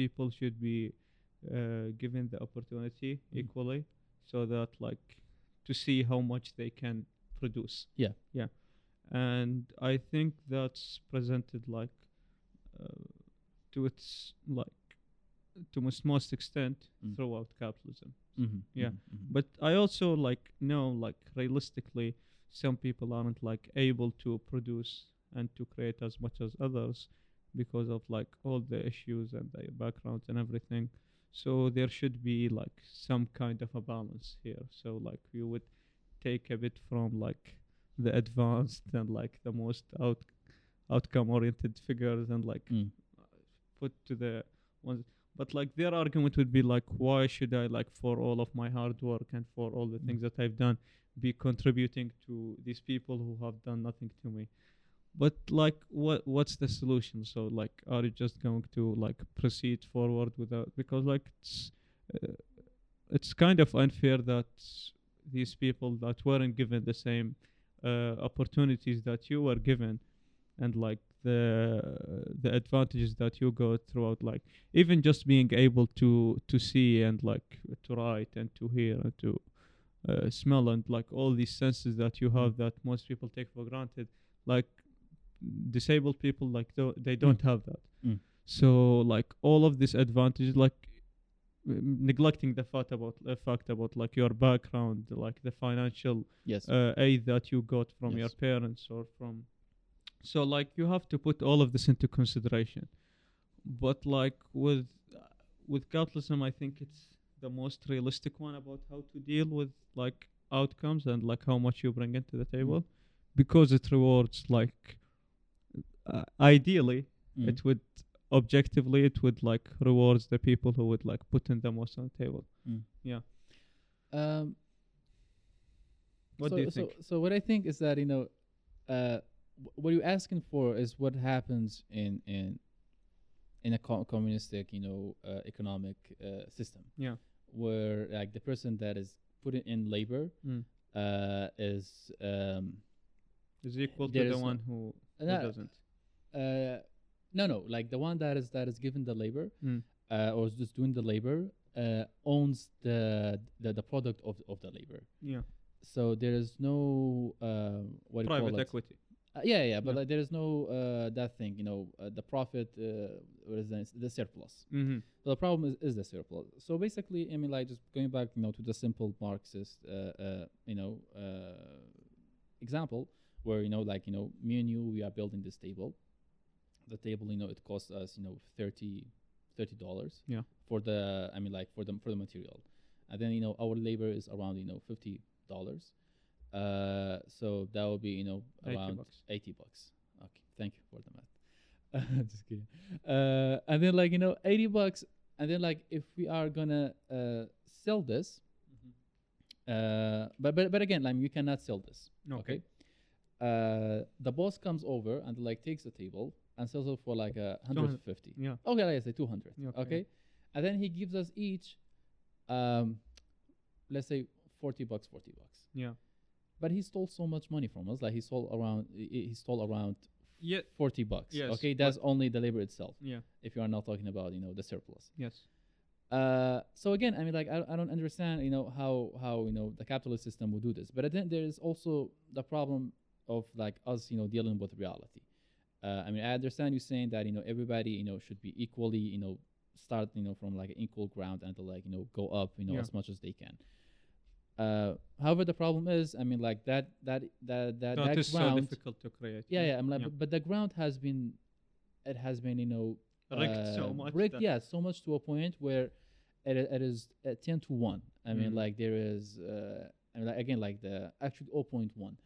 Speaker 2: people should be uh, given the opportunity
Speaker 1: Mm.
Speaker 2: equally so that like to see how much they can produce
Speaker 1: Yeah.
Speaker 2: yeah and i think that's presented like uh, to its like to its most extent
Speaker 1: Mm.
Speaker 2: throughout capitalism
Speaker 1: mm-hmm.
Speaker 2: Yeah. but i also like know like realistically some people aren't like able to produce and to create as much as others because of like all the issues and their backgrounds and everything so there should be like some kind of a balance here so like you would take a bit from like the advanced and like the most out outcome oriented figures and like
Speaker 1: mm.
Speaker 2: put to the ones but like their argument would be like why should i like for all of my hard work and for all the
Speaker 1: Mm.
Speaker 2: things that i've done be contributing to these people who have done nothing to me but like what what's the solution so like are you just going to like proceed forward without because like it's uh, it's kind of unfair that these people that weren't given the same uh, opportunities that you were given and like the the advantages that you got throughout like even just being able to to see and like to write and to hear and to uh, smell and like all these senses that you have that most people take for granted like disabled people like do they don't have that
Speaker 1: Mm.
Speaker 2: so like all of these advantages like m- neglecting the fact about the fact about like your background like the financial
Speaker 1: yes
Speaker 2: uh, aid that you got from your
Speaker 1: Yes.
Speaker 2: parents or from so like you have to put all of this into consideration but like with with capitalism i think it's the most realistic one about how to deal with like outcomes and like how much you bring into the
Speaker 1: Mm.
Speaker 2: table because it rewards like uh, ideally
Speaker 1: Mm.
Speaker 2: it would objectively it would like rewards the people who would like put in the most on the table
Speaker 1: um
Speaker 2: what
Speaker 1: so,
Speaker 2: do you
Speaker 1: so,
Speaker 2: think
Speaker 1: So what I think is that you know, uh, wh- what you're asking for is what happens in in in a co- communistic you know uh, economic uh, system.
Speaker 2: Yeah.
Speaker 1: Where like the person that is putting in labor
Speaker 2: Mm.
Speaker 1: uh, is um,
Speaker 2: is equal
Speaker 1: there
Speaker 2: to the
Speaker 1: is
Speaker 2: one who, who
Speaker 1: not-
Speaker 2: doesn't
Speaker 1: uh, no no like the one that is that is given the labor
Speaker 2: Mm.
Speaker 1: uh, or is just doing the labor uh, owns the, the the product of of the labor.
Speaker 2: yeah
Speaker 1: So there is no uh, what do you
Speaker 2: private
Speaker 1: call it?
Speaker 2: equity
Speaker 1: Uh, Uh, yeah, yeah, but
Speaker 2: Yeah.
Speaker 1: like there is no uh, that thing, you know, uh, the profit, uh, what is that? the surplus.
Speaker 2: Mm-hmm.
Speaker 1: So the problem is, is the surplus. So basically, I mean, like just going back, you know, to the simple Marxist, uh, uh, you know, uh, example where you know, like you know, me and you, we are building this table. The table, you know, it costs us, you know, 30 dollars.
Speaker 2: Yeah.
Speaker 1: For the, I mean, like for the for the material, and then you know, our labor is around you know fifty dollars. Uh, so that would be you know
Speaker 2: 80
Speaker 1: around
Speaker 2: bucks.
Speaker 1: 80 bucks. Okay, thank you for the math. Just kidding. Uh, and then like you know, 80 bucks. And then like if we are gonna uh, sell this,
Speaker 2: Mm-hmm.
Speaker 1: uh, but but but again, like you cannot sell this.
Speaker 2: Okay.
Speaker 1: Uh, the boss comes over and like takes the table and sells it for like a 150.
Speaker 2: Yeah.
Speaker 1: Okay, let's say 200.
Speaker 2: Yeah, Mm. okay.
Speaker 1: Okay. And then he gives us each, um, let's say 40 bucks, 40 bucks.
Speaker 2: Yeah.
Speaker 1: But he stole so much money from us. Like he stole around, he he stole around
Speaker 2: Yeah.
Speaker 1: 40 bucks.
Speaker 2: Yes,
Speaker 1: okay,
Speaker 2: but-
Speaker 1: that's only the labor itself.
Speaker 2: Yeah.
Speaker 1: If you are not talking about, you know, the surplus.
Speaker 2: Yes.
Speaker 1: Uh, so again, I mean, like, I, I don't understand, you know, how how you know the capitalist system would do this. But then there is also the problem of like us, you know, dealing with reality. Uh, I mean, I understand you saying that you know everybody, you know, should be equally, you know, start, you know, from like an equal ground and to like you know go up, you know,
Speaker 2: Yeah.
Speaker 1: as much as they can. Uh, however, the problem is, I mean, like that that that that,
Speaker 2: That
Speaker 1: that
Speaker 2: is so
Speaker 1: ground,
Speaker 2: difficult to create.
Speaker 1: Uh, yeah, yeah. I'm like,
Speaker 2: Yeah.
Speaker 1: But, but the ground has been, it has been, you know,
Speaker 2: Wrecked so
Speaker 1: uh,
Speaker 2: much
Speaker 1: wrecked,
Speaker 2: that-
Speaker 1: yeah, so much to a point where it, i- it is at ten to one. I mean,
Speaker 2: Mm.
Speaker 1: like there is, uh, I mean, like, again, like the actually 0.1.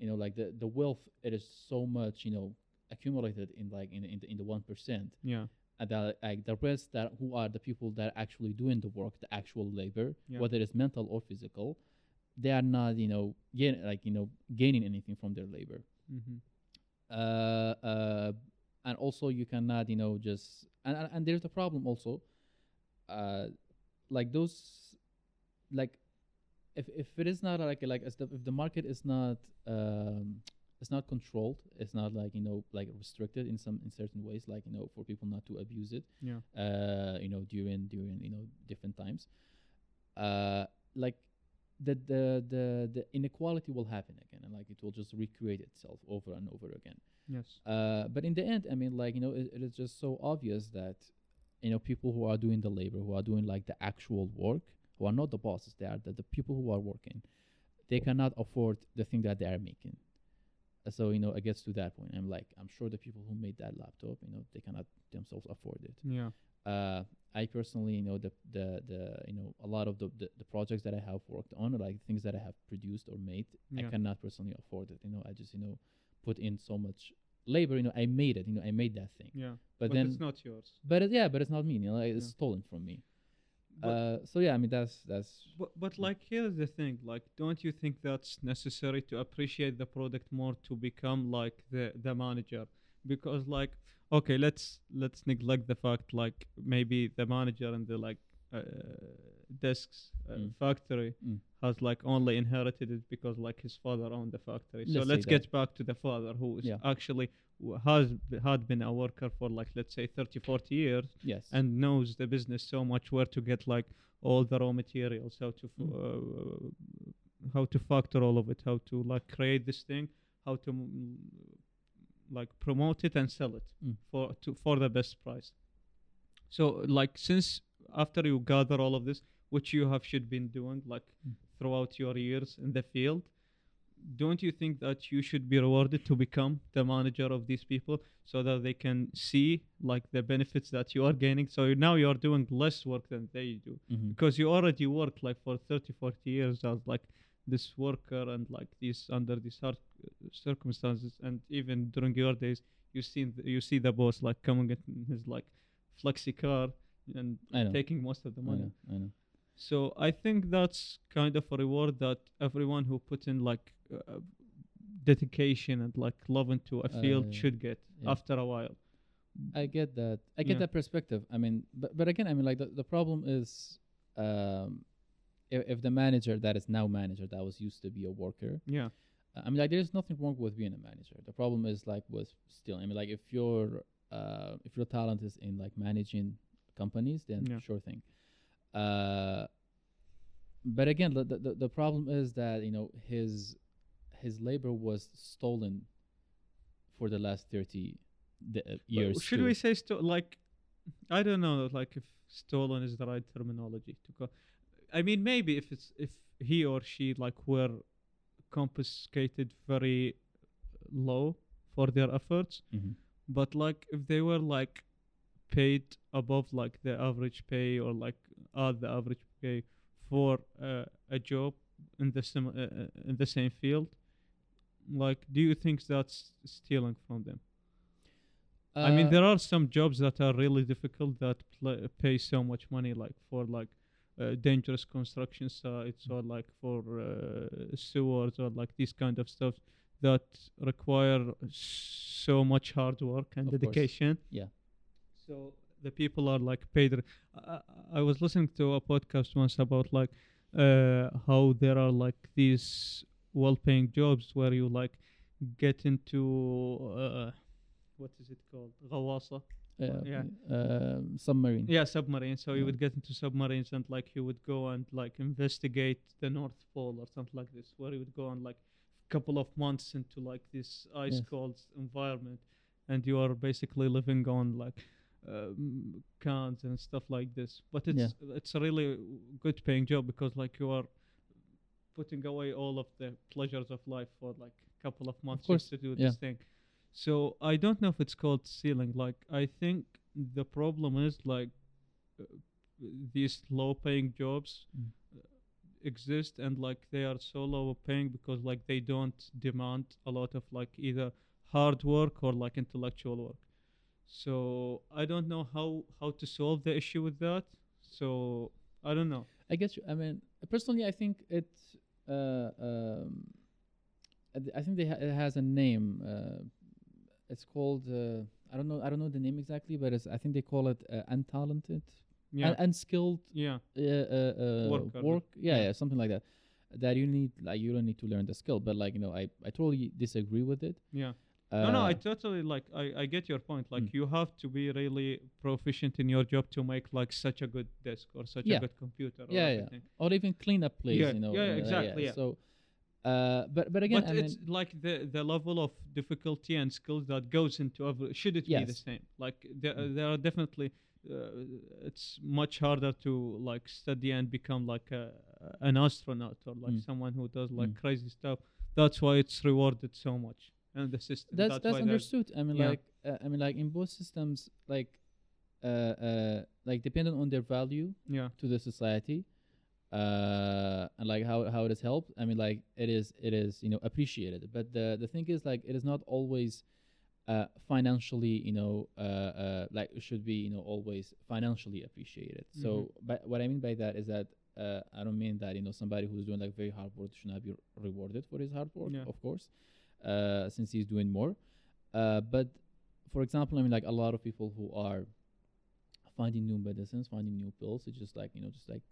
Speaker 1: You know, like the the wealth, it is so much, you know, accumulated in like in in the, in the one percent,
Speaker 2: Yeah.
Speaker 1: and the like the rest that who are the people that are actually doing the work, the actual labor,
Speaker 2: Yeah.
Speaker 1: whether it's mental or physical, they are not, you know, gain like you know gaining anything from their labor
Speaker 2: Mm-hmm.
Speaker 1: uh, uh, and also you cannot you know just and, and, and there's a problem also uh, like those like if, if it is not like like as the, if the market is not um, it's not controlled it's not like you know like restricted in some in certain ways like you know for people not to abuse it
Speaker 2: Yeah.
Speaker 1: uh, you know during during you know different times uh, like the, the the the inequality will happen again and like it will just recreate itself over and over again
Speaker 2: Yes.
Speaker 1: uh, but in the end, I mean, like you know, it, it is just so obvious that you know people who are doing the labor, who are doing like the actual work, who are not the bosses, they are the, the people who are working. They cannot afford the thing that they are making. Uh, So you know, it gets to that point. I'm like, I'm sure the people who made that laptop, you know, they cannot themselves afford it
Speaker 2: Yeah.
Speaker 1: uh, I personally know the, the the you know a lot of the, the, the projects that I have worked on, or like things that I have produced or made,
Speaker 2: Yeah.
Speaker 1: I cannot personally afford it. You know, I just you know put in so much labor. You know, I made it. You know, I made that thing.
Speaker 2: Yeah.
Speaker 1: But, then,
Speaker 2: it's not yours.
Speaker 1: but it, yeah, but it's not me. You know, like, it's
Speaker 2: Yeah.
Speaker 1: stolen from me.
Speaker 2: But-
Speaker 1: uh, so yeah, I mean that's that's
Speaker 2: But, but like here's the thing like don't you think that's necessary to appreciate the product more to become like the the manager because like okay let's let's neglect the fact like maybe the manager in the like uh, desks uh,
Speaker 1: Mm.
Speaker 2: factory
Speaker 1: Mm.
Speaker 2: has like only inherited it because like his father owned the factory so
Speaker 1: Let's say
Speaker 2: let's
Speaker 1: that.
Speaker 2: get back to the father who is
Speaker 1: Yeah.
Speaker 2: actually w- has b- had been a worker for like let's say 30 40 years
Speaker 1: yes.
Speaker 2: and knows the business so much where to get like all the raw materials how to f-
Speaker 1: Mm.
Speaker 2: uh, how to factor all of it how to like create this thing how to mm, like promote it and sell it
Speaker 1: Mm.
Speaker 2: for to for the best price so like since after you gather all of this which you have should been doing like
Speaker 1: Mm.
Speaker 2: throughout your years in the field don't you think that you should be rewarded to become the manager of these people so that they can see like the benefits that you are gaining so you- now you are doing less work than they do
Speaker 1: Mhm.
Speaker 2: because you already worked like for 30 40 years as like this worker and like this under these hard uh, circumstances and even during your days you see you see the boss like coming in his like flexi car and
Speaker 1: I know.
Speaker 2: taking most of the
Speaker 1: I
Speaker 2: money
Speaker 1: know. I know.
Speaker 2: so I think that's kind of a reward that everyone who puts in like uh, dedication and like love into a
Speaker 1: Uh,
Speaker 2: field
Speaker 1: yeah.
Speaker 2: should get
Speaker 1: Yeah.
Speaker 2: after a while.
Speaker 1: I get that. I get
Speaker 2: Yeah.
Speaker 1: that perspective. I mean, but, but again, I mean, like the, the problem is, um, if, if the manager that is now manager that was used to be a worker,
Speaker 2: Yeah,
Speaker 1: uh, I mean, like there's nothing wrong with being a manager. The problem is like with still. I mean, like if your uh, if your talent is in like managing companies, then
Speaker 2: Yeah.
Speaker 1: sure thing. Uh, but again, the, the the- the problem is that you know his his labor was stolen for the last 30 de- uh,
Speaker 2: But
Speaker 1: years.
Speaker 2: Should
Speaker 1: too.
Speaker 2: we say sto- like I don't know like if stolen is the right terminology to go. I mean maybe if it's if he or she like were confiscated very low for their efforts,
Speaker 1: Mhm.
Speaker 2: but like if they were like paid above like the average pay or like are the average pay for uh, a job in the sim- uh, uh, in the same field like do you think that's stealing from them I mean,
Speaker 1: Uh,
Speaker 2: there are some jobs that are really difficult that pl- pay so much money, like for like uh, dangerous construction sites or like for uh, sewers or like these kind of stuff that require so much hard work and
Speaker 1: Of course.
Speaker 2: dedication.
Speaker 1: Yeah.
Speaker 2: So the people are like paid. r- I- I, I was listening to a podcast once about like uh, how there are like these well-paying jobs where you like get into uh, what is it called? غواصة.
Speaker 1: uh,
Speaker 2: yeah.
Speaker 1: um, submarine.
Speaker 2: Yeah, submarine. So you
Speaker 1: Yeah.
Speaker 2: would get into submarines and like you would go and like investigate the North Pole or something like this, where you would go and like couple of months into like this ice
Speaker 1: Yes.
Speaker 2: cold environment, and you are basically living on like um, cans and stuff like this. But
Speaker 1: Yeah.
Speaker 2: it's it's a really good paying job because like you are putting away all of the pleasures of life for like a couple of months
Speaker 1: course,
Speaker 2: just to do
Speaker 1: yeah.
Speaker 2: this thing. So I don't know if it's called ceiling. Like I think the problem is like uh, these low paying jobs
Speaker 1: Mm.
Speaker 2: uh, exist and like they are so low paying because like they don't demand a lot of like either hard work or like intellectual work so i don't know how how to solve the issue with that so i don't know
Speaker 1: I guess, you- I mean, personally, I think it, uh, um, I th- I think they ha- it has a name. Uh, it's called, uh, I don't know, I don't know the name exactly, but it's, I think they call it uh, untalented,
Speaker 2: yeah
Speaker 1: un- unskilled
Speaker 2: yeah
Speaker 1: uh, uh, uh,
Speaker 2: Worker.
Speaker 1: work. Yeah,
Speaker 2: Yeah.
Speaker 1: yeah, something like that. That you need, like, you don't need to learn the skill, but like, you know, I, I totally disagree with it.
Speaker 2: yeah
Speaker 1: Uh,
Speaker 2: no no i totally like i i get your point like
Speaker 1: Mm.
Speaker 2: you have to be really proficient in your job to make like such a good desk or such a
Speaker 1: Yeah.
Speaker 2: good computer or
Speaker 1: Yeah, yeah.
Speaker 2: everything.
Speaker 1: Uh, or even clean up place,
Speaker 2: Yeah,
Speaker 1: you know.
Speaker 2: yeah,
Speaker 1: uh,
Speaker 2: exactly, yeah.
Speaker 1: So, uh, but but again,
Speaker 2: but
Speaker 1: I mean,
Speaker 2: it's like the the level of difficulty and skills that goes into every should it be the
Speaker 1: Yes.
Speaker 2: same like there,
Speaker 1: Mm.
Speaker 2: there are definitely uh, it's much harder to like study and become like a, an astronaut or like
Speaker 1: Mm.
Speaker 2: someone who does like
Speaker 1: Mm.
Speaker 2: crazy stuff that's why it's rewarded so much and the system
Speaker 1: that's
Speaker 2: that's,
Speaker 1: that's
Speaker 2: why they're-
Speaker 1: understood. I mean,
Speaker 2: Yeah.
Speaker 1: like uh, I mean, like in both systems, like uh, uh, like dependent on their value
Speaker 2: yeah
Speaker 1: to the society, uh, and like how how it is helped. I mean, like it is it is you know appreciated. But the the thing is, like it is not always. Uh, financially, you know, uh, uh, like it should be, you know, always financially appreciated. So,
Speaker 2: Mm-hmm.
Speaker 1: but what I mean by that is that uh, I don't mean that you know somebody who's doing like very hard work should not be r- rewarded for his hard work,
Speaker 2: Yeah.
Speaker 1: of course, uh, since he's doing more. Uh, but for example, I mean like a lot of people who are finding new medicines, finding new pills, it's just like you know just like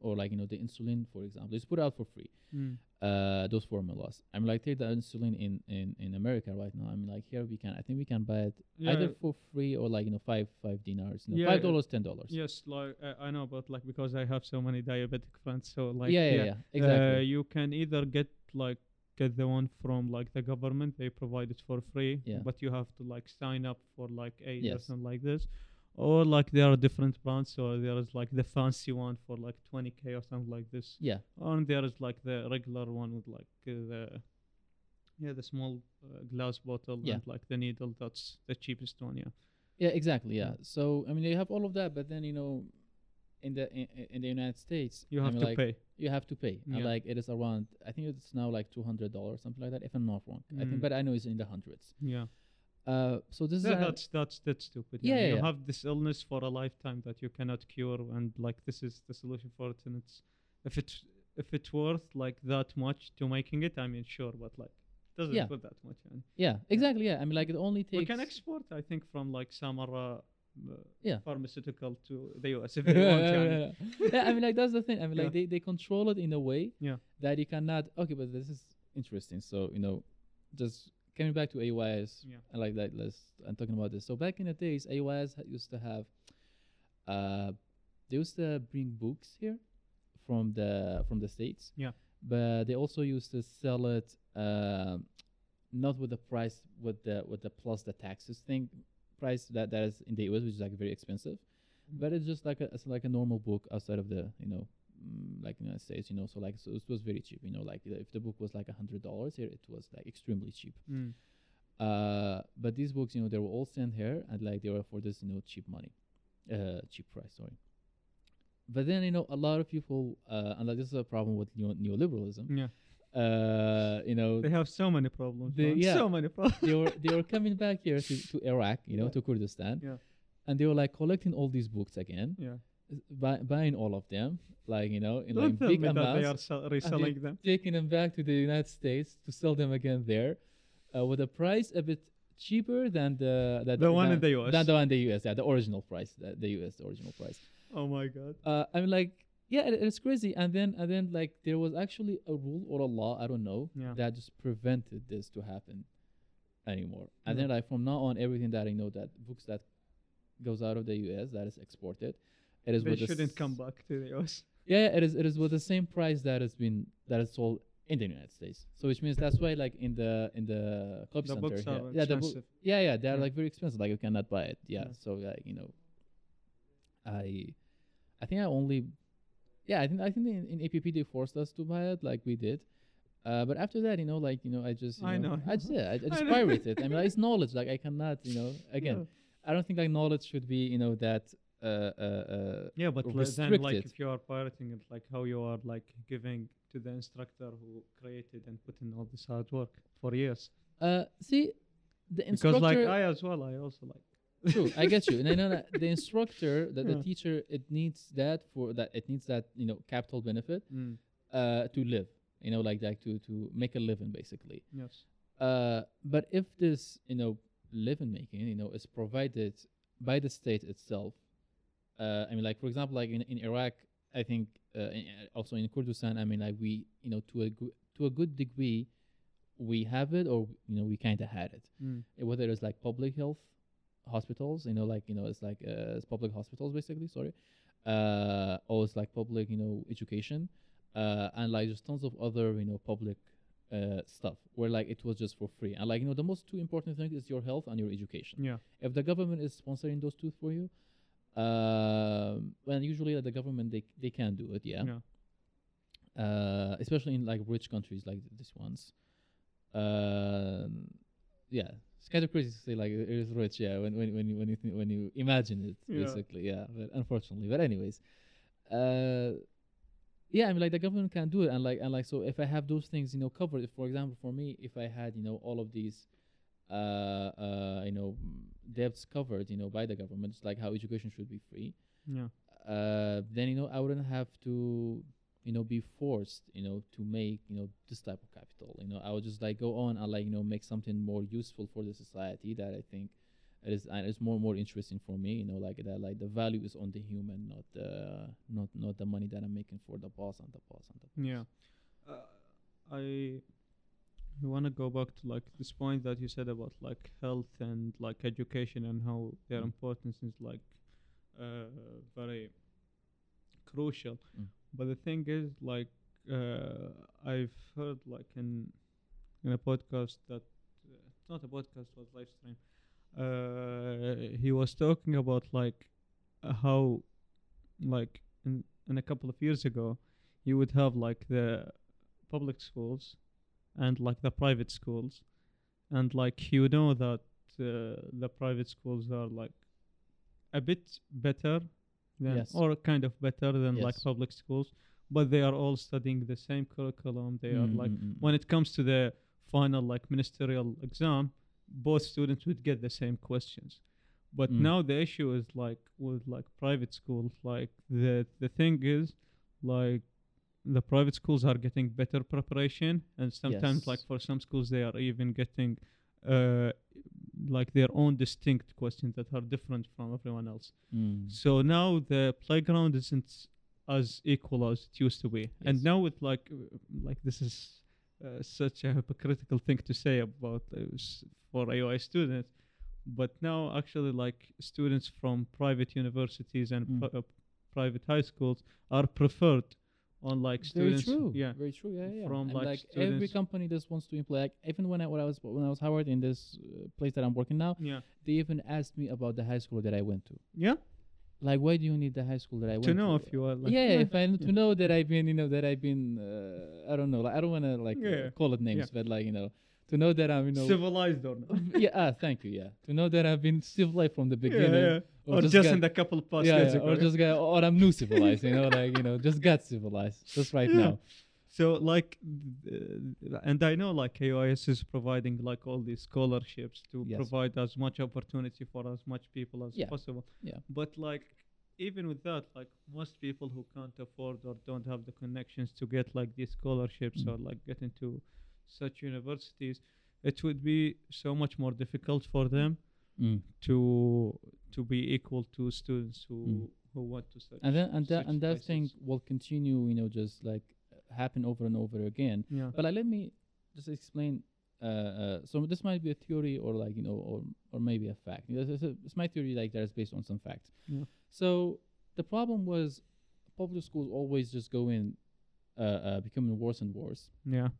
Speaker 1: or like you know the insulin, for example, is put out for free.
Speaker 2: Mm.
Speaker 1: Uh, those formulas. I'm like take the insulin in in in America right now. I mean like here we can I think we can buy it
Speaker 2: yeah
Speaker 1: either for free or like you know five five dinars, you know,
Speaker 2: Yeah,
Speaker 1: five
Speaker 2: yeah.
Speaker 1: dollars, ten dollars.
Speaker 2: yes like uh, i know but like because i have so many diabetic friends so like
Speaker 1: yeah, yeah, yeah, exactly.
Speaker 2: Uh, you can either get like get the one from like the government; they provide it for free,
Speaker 1: Yeah.
Speaker 2: but you have to like sign up for like aid or
Speaker 1: Yes.
Speaker 2: something like this. Or like there are different brands, or there is like the fancy one for like 20k or something like this,
Speaker 1: yeah,
Speaker 2: and there is like the regular one with like uh, the yeah the small uh, glass bottle
Speaker 1: Yeah.
Speaker 2: and like the needle. That's the cheapest one. Yeah.
Speaker 1: Yeah, exactly.
Speaker 2: Yeah.
Speaker 1: Yeah. So I mean, you have all of that, but then you know, in the in, in- in the United States,
Speaker 2: You
Speaker 1: I
Speaker 2: have
Speaker 1: mean,
Speaker 2: to
Speaker 1: like,
Speaker 2: pay.
Speaker 1: You have to pay. And,
Speaker 2: Yeah.
Speaker 1: like it is around. I think it's now like two hundred dollars, something like that, if I'm not wrong. I
Speaker 2: Mm.
Speaker 1: think, but I know it's in the hundreds.
Speaker 2: Yeah.
Speaker 1: Uh, so this
Speaker 2: Th-
Speaker 1: is.
Speaker 2: that's that's that's stupid.
Speaker 1: Yeah,
Speaker 2: you
Speaker 1: yeah.
Speaker 2: have this illness for a lifetime that you cannot cure, and like this is the solution for it. And it's if it's if it's worth like that much to making it, I mean, sure, but like doesn't
Speaker 1: Yeah.
Speaker 2: worth that much. And
Speaker 1: yeah, exactly. Yeah, I mean, like it only takes.
Speaker 2: we can export, I think, from like Samara. Uh,
Speaker 1: Yeah.
Speaker 2: pharmaceutical to the US if
Speaker 1: yeah,
Speaker 2: they want.
Speaker 1: yeah,
Speaker 2: يعني.
Speaker 1: yeah, yeah. Yeah, I mean, like that's the thing. I mean,
Speaker 2: Yeah.
Speaker 1: like they, they control it in a way
Speaker 2: Yeah.
Speaker 1: that you cannot. Okay, but this is interesting. So you know, just coming back to AYS,
Speaker 2: Yeah.
Speaker 1: I like that. Let's I'm talking about this. So back in the days, AYS ha- used to have, uh, they used to bring books here from the from the states.
Speaker 2: Yeah.
Speaker 1: But they also used to sell it um not with the price with the with the plus the taxes thing price that that is in the US, which is like very expensive, but it's just like a it's like a normal book outside of the you know mm, like United States, you know. So like so it was very cheap, you know. Like if the book was like a hundred dollars here, it was like extremely cheap.
Speaker 2: Mm.
Speaker 1: Uh, but these books, you know, they were all sent here and like they were for this, you know, cheap money, uh, cheap price, sorry. But then, you know, a lot of people, uh, and like, this is a problem with neo- neoliberalism,
Speaker 2: Yeah,
Speaker 1: uh, you know,
Speaker 2: they have so many problems.
Speaker 1: They-
Speaker 2: man.
Speaker 1: yeah.
Speaker 2: so many problems.
Speaker 1: they were, they were coming back here to, to Iraq, you know,
Speaker 2: Yeah.
Speaker 1: to Kurdistan.
Speaker 2: Yeah.
Speaker 1: And they were like collecting all these books again,
Speaker 2: yeah,
Speaker 1: buy, buying all of them, like, you know, in
Speaker 2: don't
Speaker 1: like
Speaker 2: tell me
Speaker 1: big
Speaker 2: that they
Speaker 1: amounts.
Speaker 2: are sell- reselling them.
Speaker 1: taking them back to the United States to sell them again there, uh, with a price a bit cheaper than the that,
Speaker 2: The one
Speaker 1: than,
Speaker 2: in the US.
Speaker 1: than the one in the US, yeah, the original price, the, the US original price.
Speaker 2: Oh my god.
Speaker 1: Uh, I mean, like, yeah, it, it's crazy. And then and then like there was actually a rule or a law, I don't know,
Speaker 2: Yeah.
Speaker 1: that just prevented this to happen anymore. And
Speaker 2: Yeah.
Speaker 1: then like from now on, everything that I know that books that goes out of the US that is exported, it is
Speaker 2: They
Speaker 1: with the
Speaker 2: shouldn't
Speaker 1: s-
Speaker 2: come back to the US.
Speaker 1: yeah, yeah, it is. It is with the same price that has been that is sold in the United States. So which means that's why, like in the in the copy
Speaker 2: The
Speaker 1: center,
Speaker 2: books
Speaker 1: here-
Speaker 2: are
Speaker 1: yeah, the book-
Speaker 2: expensive.
Speaker 1: yeah, yeah, they're
Speaker 2: Yeah.
Speaker 1: like very expensive. Like you cannot buy it. Yeah,
Speaker 2: Yeah.
Speaker 1: so like you know, I, I think I only, yeah, I think I think in, in APP they forced us to buy it, like we did. Uh, but after that, you know, like you know, I just you
Speaker 2: I know.
Speaker 1: I just yeah, I, I just
Speaker 2: know.
Speaker 1: pirate it. I mean, it's knowledge. Like I cannot, you know, again, I don't think like knowledge should be, you know, that uh uh uh
Speaker 2: Yeah, but like, then like
Speaker 1: restricted.
Speaker 2: if you are pirating it, like how you are like giving to the instructor who created and put in all this hard work for years.
Speaker 1: Uh, see, the instructor.
Speaker 2: Because like I as well, I also like
Speaker 1: true, I get you. No, no, no. The instructor, the,
Speaker 2: Yeah.
Speaker 1: the teacher, it needs that for that. It needs that you know capital benefit
Speaker 2: Mm,
Speaker 1: uh, to live. You know, like like to to make a living basically.
Speaker 2: yes.
Speaker 1: Uh, but if this you know living making you know is provided by the state itself, uh, I mean, like for example, like in, in Iraq, I think uh, in, uh, also in Kurdistan, I mean, like we you know to a gr- to a good degree, we have it or you know we kind of had it
Speaker 2: Mm,
Speaker 1: uh, whether it's like public health hospitals, you know, like you know, it's like uh, it's public hospitals basically. Sorry, uh, or it's like public, you know, education, uh, and like just tons of other, you know, public uh, stuff where like it was just for free. And like you know, the most two important things is your health and your education.
Speaker 2: yeah.
Speaker 1: If the government is sponsoring those two for you, um, well, usually like, the government they they can do it, yeah
Speaker 2: Yeah.
Speaker 1: uh, especially in like rich countries like th- these ones. Um, yeah, it's kind of crazy to say like it is rich. Yeah, when when when you when you think, when you imagine it,
Speaker 2: Yeah.
Speaker 1: basically. Yeah, but unfortunately, but anyways, uh, yeah, I mean like the government can do it, and like and like so if I have those things, you know, covered. If, for example, for me, if I had you know all of these. Uh, uh, you know, debts covered, you know, by the government, just like how education should be free
Speaker 2: Yeah.
Speaker 1: uh, then you know I wouldn't have to you know be forced you know to make you know this type of capital you know I would just like go on and like you know make something more useful for the society that I think it is and it's more and more interesting for me you know like that like the value is on the human not the not not the money that I'm making for the boss and the boss and the boss
Speaker 2: Yeah. Uh, I wanna go back to like this point that you said about like health and like education and how their
Speaker 1: Mm.
Speaker 2: importance is like uh, very crucial.
Speaker 1: Mm.
Speaker 2: But the thing is like uh, I've heard like in in a podcast that uh, not a podcast was live stream. Uh, he was talking about like uh, how like in, in a couple of years ago you would have like the public schools and like the private schools and like you know that uh, the private schools are like a bit better than
Speaker 1: Yes.
Speaker 2: or kind of better than like
Speaker 1: Yes.
Speaker 2: public schools but they are all studying the same curriculum
Speaker 1: Mm,
Speaker 2: they
Speaker 1: Mm-hmm.
Speaker 2: are like Mm-hmm. when it comes to the final like ministerial exam both students would get the same questions but
Speaker 1: Mm.
Speaker 2: now the issue is like with like private schools like the the thing is like the private schools are getting better preparation and sometimes
Speaker 1: Yes.
Speaker 2: like for some schools they are even getting uh like their own distinct questions that are different from everyone else
Speaker 1: Mm.
Speaker 2: so now the playground isn't as equal as it used to be, and
Speaker 1: Yes.
Speaker 2: now with like uh, like this is uh, such a hypocritical thing to say about uh, s- for AOI students, but now actually like students from private universities and
Speaker 1: Mm.
Speaker 2: pri- uh, private high schools are preferred on like
Speaker 1: very
Speaker 2: students.
Speaker 1: true.
Speaker 2: Yeah.
Speaker 1: very true. Yeah, yeah, yeah.
Speaker 2: from,
Speaker 1: and
Speaker 2: like,
Speaker 1: like, every
Speaker 2: students-
Speaker 1: company just wants to employ. Like even when I when I was when I was Howard in this uh, place that I'm working now,
Speaker 2: Yeah.
Speaker 1: they even asked me about the high school that I went to.
Speaker 2: Yeah.
Speaker 1: Like, why do you need the high school that I went
Speaker 2: to know
Speaker 1: to?
Speaker 2: if you are like
Speaker 1: yeah, if I n- to know that I've been, you know, that I've been, uh, I don't know, like, I don't want to like
Speaker 2: Yeah.
Speaker 1: uh, call it names, but like you know, to know that I'm, you know,
Speaker 2: civilized or not.
Speaker 1: yeah, ah, thank you, yeah, to know that I've been civilized from the
Speaker 2: Yeah,
Speaker 1: beginning,
Speaker 2: yeah. Or, just,
Speaker 1: got-
Speaker 2: in the couple past
Speaker 1: yeah,
Speaker 2: years
Speaker 1: yeah,
Speaker 2: ago.
Speaker 1: or just got, or I'm new civilized, you know, like you know, just got civilized, just right
Speaker 2: Yeah.
Speaker 1: now.
Speaker 2: so like, uh, and I know like AOS is providing like all these scholarships to
Speaker 1: Yes.
Speaker 2: provide as much opportunity for as much people as
Speaker 1: Yeah.
Speaker 2: possible.
Speaker 1: Yeah.
Speaker 2: But like, even with that, like most people who can't afford or don't have the connections to get like these scholarships
Speaker 1: Mm.
Speaker 2: or like get into such universities, it would be so much more difficult for them
Speaker 1: Mm.
Speaker 2: to to be equal to students who
Speaker 1: Mm.
Speaker 2: who want to study.
Speaker 1: And then and that
Speaker 2: such
Speaker 1: and that thing
Speaker 2: places.
Speaker 1: will continue, you know, just like happen over and over again.
Speaker 2: Yeah.
Speaker 1: But like, let me just explain. Uh, uh, so this might be a theory, or like you know, or or maybe a fact. You know, This is a- it's my theory, like that is based on some facts.
Speaker 2: Yeah.
Speaker 1: So the problem was public schools always just go in, uh, uh, becoming worse and worse.
Speaker 2: Yeah.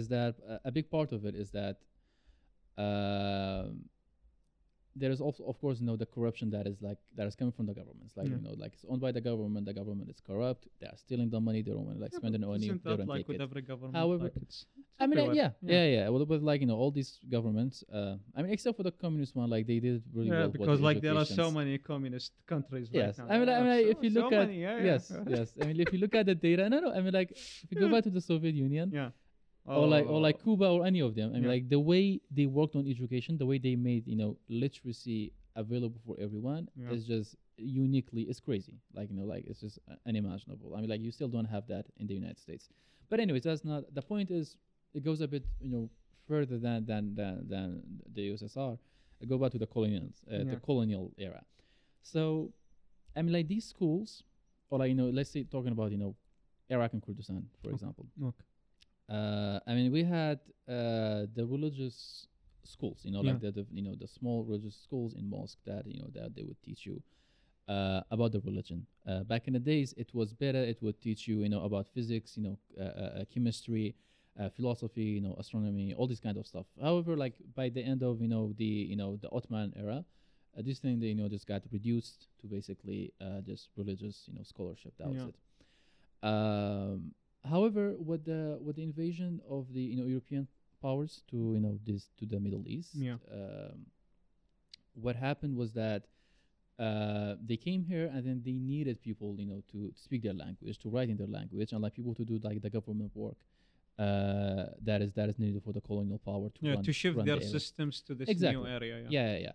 Speaker 1: Is that uh, a big part of it? Is that um, there is also, of course, you know, the corruption that is like that is coming from the governments. Like
Speaker 2: Yeah.
Speaker 1: you know, like it's owned by the government. The government is corrupt. They are stealing the money. They don't want to like spend the money.
Speaker 2: Isn't
Speaker 1: They
Speaker 2: that
Speaker 1: don't
Speaker 2: like
Speaker 1: take
Speaker 2: with
Speaker 1: it.
Speaker 2: every government?
Speaker 1: However-
Speaker 2: like it's, it's
Speaker 1: I mean, uh,
Speaker 2: everywhere.
Speaker 1: yeah, yeah, yeah. Well, but like you know, all these governments. Uh, I mean, except for the communist one, like they did really
Speaker 2: Yeah,
Speaker 1: well. with
Speaker 2: because like there are so
Speaker 1: educations.
Speaker 2: many communist countries
Speaker 1: Yes,
Speaker 2: right
Speaker 1: I
Speaker 2: now.
Speaker 1: mean,
Speaker 2: There
Speaker 1: I
Speaker 2: are
Speaker 1: mean, like,
Speaker 2: so-
Speaker 1: if you
Speaker 2: so
Speaker 1: look at
Speaker 2: many, yeah, yeah.
Speaker 1: yes, yes. I mean, if you look at the data, no, no. I mean, like if you go back to the Soviet Union,
Speaker 2: yeah, Oh,
Speaker 1: or like or like Cuba or any of them. I mean,
Speaker 2: Yeah.
Speaker 1: like the way they worked on education, the way they made you know literacy available for everyone
Speaker 2: Yeah.
Speaker 1: is just uniquely it's crazy. Like you know, like it's just uh, unimaginable. I mean, like you still don't have that in the United States. But anyways, that's not the point. Is it goes a bit you know further than than than, than the USSR. I go back to the colonials, uh,
Speaker 2: Yeah.
Speaker 1: the colonial era. So, I mean, like these schools, or like you know, let's say talking about you know, Iraq and Kurdistan, for
Speaker 2: Okay.
Speaker 1: example
Speaker 2: Okay.
Speaker 1: uh, I mean, we had uh, the religious schools, you know, like the, the you know the small religious schools in mosque that you know that they would teach you uh, about the religion. Uh, back in the days, it was better. It would teach you, you know, about physics, you know, uh, uh, uh, chemistry, uh, philosophy, you know, astronomy, all this kind of stuff. However, like by the end of you know the you know the Ottoman era. Uh, this thing, you know, just got reduced to basically uh, just religious, you know, scholarship. That
Speaker 2: Yeah.
Speaker 1: was it. Um, however, with the with the invasion of the you know European powers to you know this to the Middle East,
Speaker 2: Yeah.
Speaker 1: um, what happened was that uh, they came here and then they needed people you know to speak their language, to write in their language, and like people to do like the government work uh, that is that is needed for the colonial power to
Speaker 2: Yeah,
Speaker 1: run,
Speaker 2: to shift
Speaker 1: run
Speaker 2: their
Speaker 1: the area.
Speaker 2: systems to this
Speaker 1: Exactly.
Speaker 2: new area. Yeah.
Speaker 1: Yeah, yeah, yeah.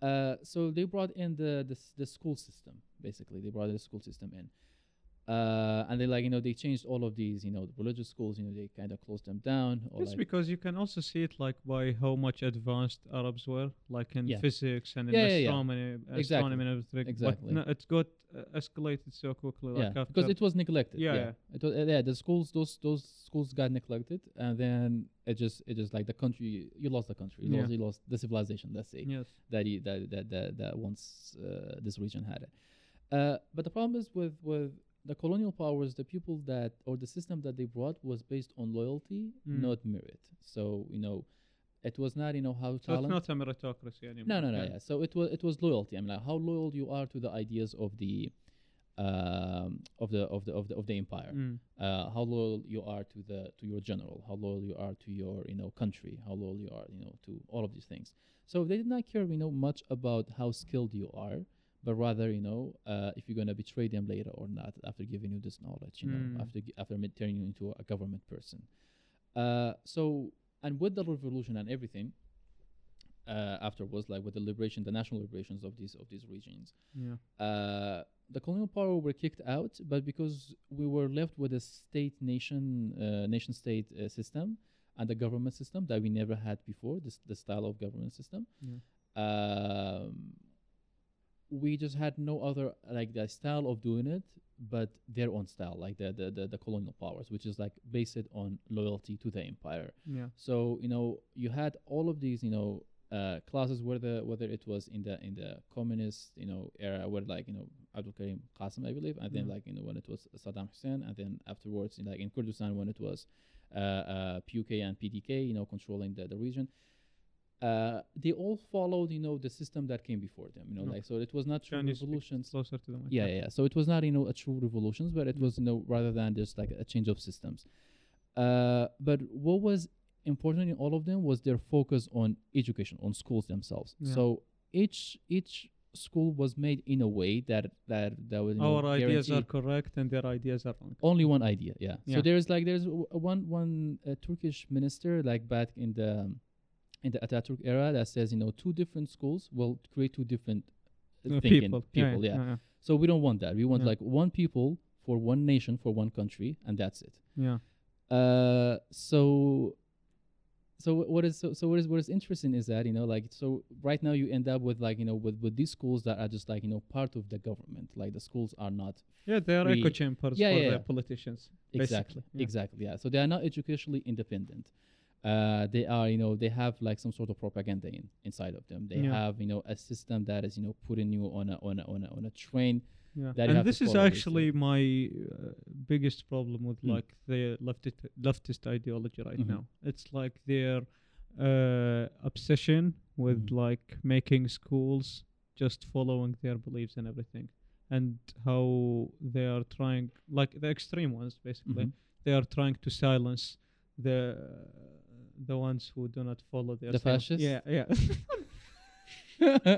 Speaker 1: Uh, so they brought in the, the s- the school system basically. They brought the school system in, uh, and they like you know they changed all of these you know the religious schools. You know they kind of closed them down. Or
Speaker 2: It's
Speaker 1: like,
Speaker 2: because you can also see it like by how much advanced Arabs were, like in
Speaker 1: Yeah.
Speaker 2: physics and in
Speaker 1: Yeah, yeah, yeah.
Speaker 2: astronomy,
Speaker 1: Exactly.
Speaker 2: astronomy and everything.
Speaker 1: Exactly.
Speaker 2: But no, it got uh, escalated so quickly. Like
Speaker 1: yeah,
Speaker 2: after
Speaker 1: because it was neglected.
Speaker 2: Yeah,
Speaker 1: Yeah,
Speaker 2: yeah.
Speaker 1: It was, uh, yeah. The schools, those those schools got neglected, and then it just it just like the country, you lost the country, you,
Speaker 2: Yeah.
Speaker 1: lost, you lost the civilization. Let's say
Speaker 2: yes,
Speaker 1: that, you, that that that that once uh, this region had it. Uh, but the problem is with with the colonial powers, the people that or the system that they brought was based on loyalty,
Speaker 2: Mm.
Speaker 1: not merit. So you know, it was not you know how
Speaker 2: so it's
Speaker 1: talent.
Speaker 2: not a meritocracy anymore.
Speaker 1: No, no, no.
Speaker 2: Yeah.
Speaker 1: Yeah. So it was it was loyalty. I mean, like, how loyal you are to the ideas of the um, of the of the of the of the empire.
Speaker 2: Mm.
Speaker 1: Uh, how loyal you are to the to your general. How loyal you are to your you know country. How loyal you are you know to all of these things. So they did not care you know much about how skilled you are, but rather you know uh, if you're gonna betray them later or not after giving you this knowledge. You
Speaker 2: Mm.
Speaker 1: know after gi- after ma- turning you into a government person. Uh, so and with the revolution and everything uh, afterwards, like with the liberation, the national liberations of these of these regions,
Speaker 2: Yeah.
Speaker 1: uh, the colonial power were kicked out. But because we were left with a state nation uh, nation state uh, system and a government system that we never had before, this the style of government system.
Speaker 2: Yeah.
Speaker 1: Um, we just had no other like the style of doing it, but their own style, like the the, the, the colonial powers, which is like based on loyalty to the empire.
Speaker 2: Yeah.
Speaker 1: So you know you had all of these you know uh, classes whether whether it was in the in the communist you know era where like you know Abdul Karim Qasim I believe and then
Speaker 2: Mm.
Speaker 1: like you know when it was Saddam Hussein and then afterwards in, like in Kurdistan when it was uh, uh, PUK and PDK you know controlling the, the region uh, they all followed you know the system that came before them you know
Speaker 2: Okay.
Speaker 1: like so it was not true
Speaker 2: Chinese speak
Speaker 1: revolutions
Speaker 2: closer to the mic.
Speaker 1: yeah, yeah. yeah. So it was not, you know, a true revolutions, but it
Speaker 2: Mm.
Speaker 1: was, you know, rather than just like a change of systems. Uh, but what was important in all of them was their focus on education, on schools themselves.
Speaker 2: Yeah.
Speaker 1: So each each school was made in a way that that that would you know,
Speaker 2: Our ideas are
Speaker 1: guarantee
Speaker 2: correct and their ideas are wrong.
Speaker 1: only one idea. Yeah.
Speaker 2: Yeah.
Speaker 1: So there's like there's w- one one uh, Turkish minister like back in the um, in the Ataturk era that says you know two different schools will create two different uh,
Speaker 2: Uh,
Speaker 1: thinking
Speaker 2: people,
Speaker 1: people, yeah.
Speaker 2: yeah. yeah.
Speaker 1: So we don't want that. We want
Speaker 2: Yeah.
Speaker 1: like one people for one nation for one country, and that's it.
Speaker 2: yeah.
Speaker 1: Uh, so, so wh- what is so, so what is what is interesting is that you know like so right now you end up with like you know with with these schools that are just like you know part of the government. Like the schools are not
Speaker 2: Yeah, they are
Speaker 1: We-
Speaker 2: echo chambers
Speaker 1: Yeah,
Speaker 2: for
Speaker 1: yeah,
Speaker 2: the
Speaker 1: yeah.
Speaker 2: politicians.
Speaker 1: exactly
Speaker 2: basically, yeah.
Speaker 1: exactly yeah. So they are not educationally independent. Uh, they are, you know, they have like some sort of propaganda in, inside of them. They
Speaker 2: Yeah.
Speaker 1: have, you know, a system that is, you know, putting you on a on a on a, on a train.
Speaker 2: Yeah.
Speaker 1: that you have
Speaker 2: and
Speaker 1: to
Speaker 2: this is
Speaker 1: follow,
Speaker 2: actually my uh, biggest problem with
Speaker 1: Hmm.
Speaker 2: like the leftist leftist ideology right
Speaker 1: Mhm.
Speaker 2: now. It's like their uh, obsession with
Speaker 1: Mhm.
Speaker 2: like making schools just following their beliefs and everything, and how they are trying like the extreme ones basically.
Speaker 1: Mhm.
Speaker 2: They are trying to silence the the ones who do not follow their
Speaker 1: The
Speaker 2: same-
Speaker 1: fascists?
Speaker 2: Yeah, yeah.
Speaker 1: I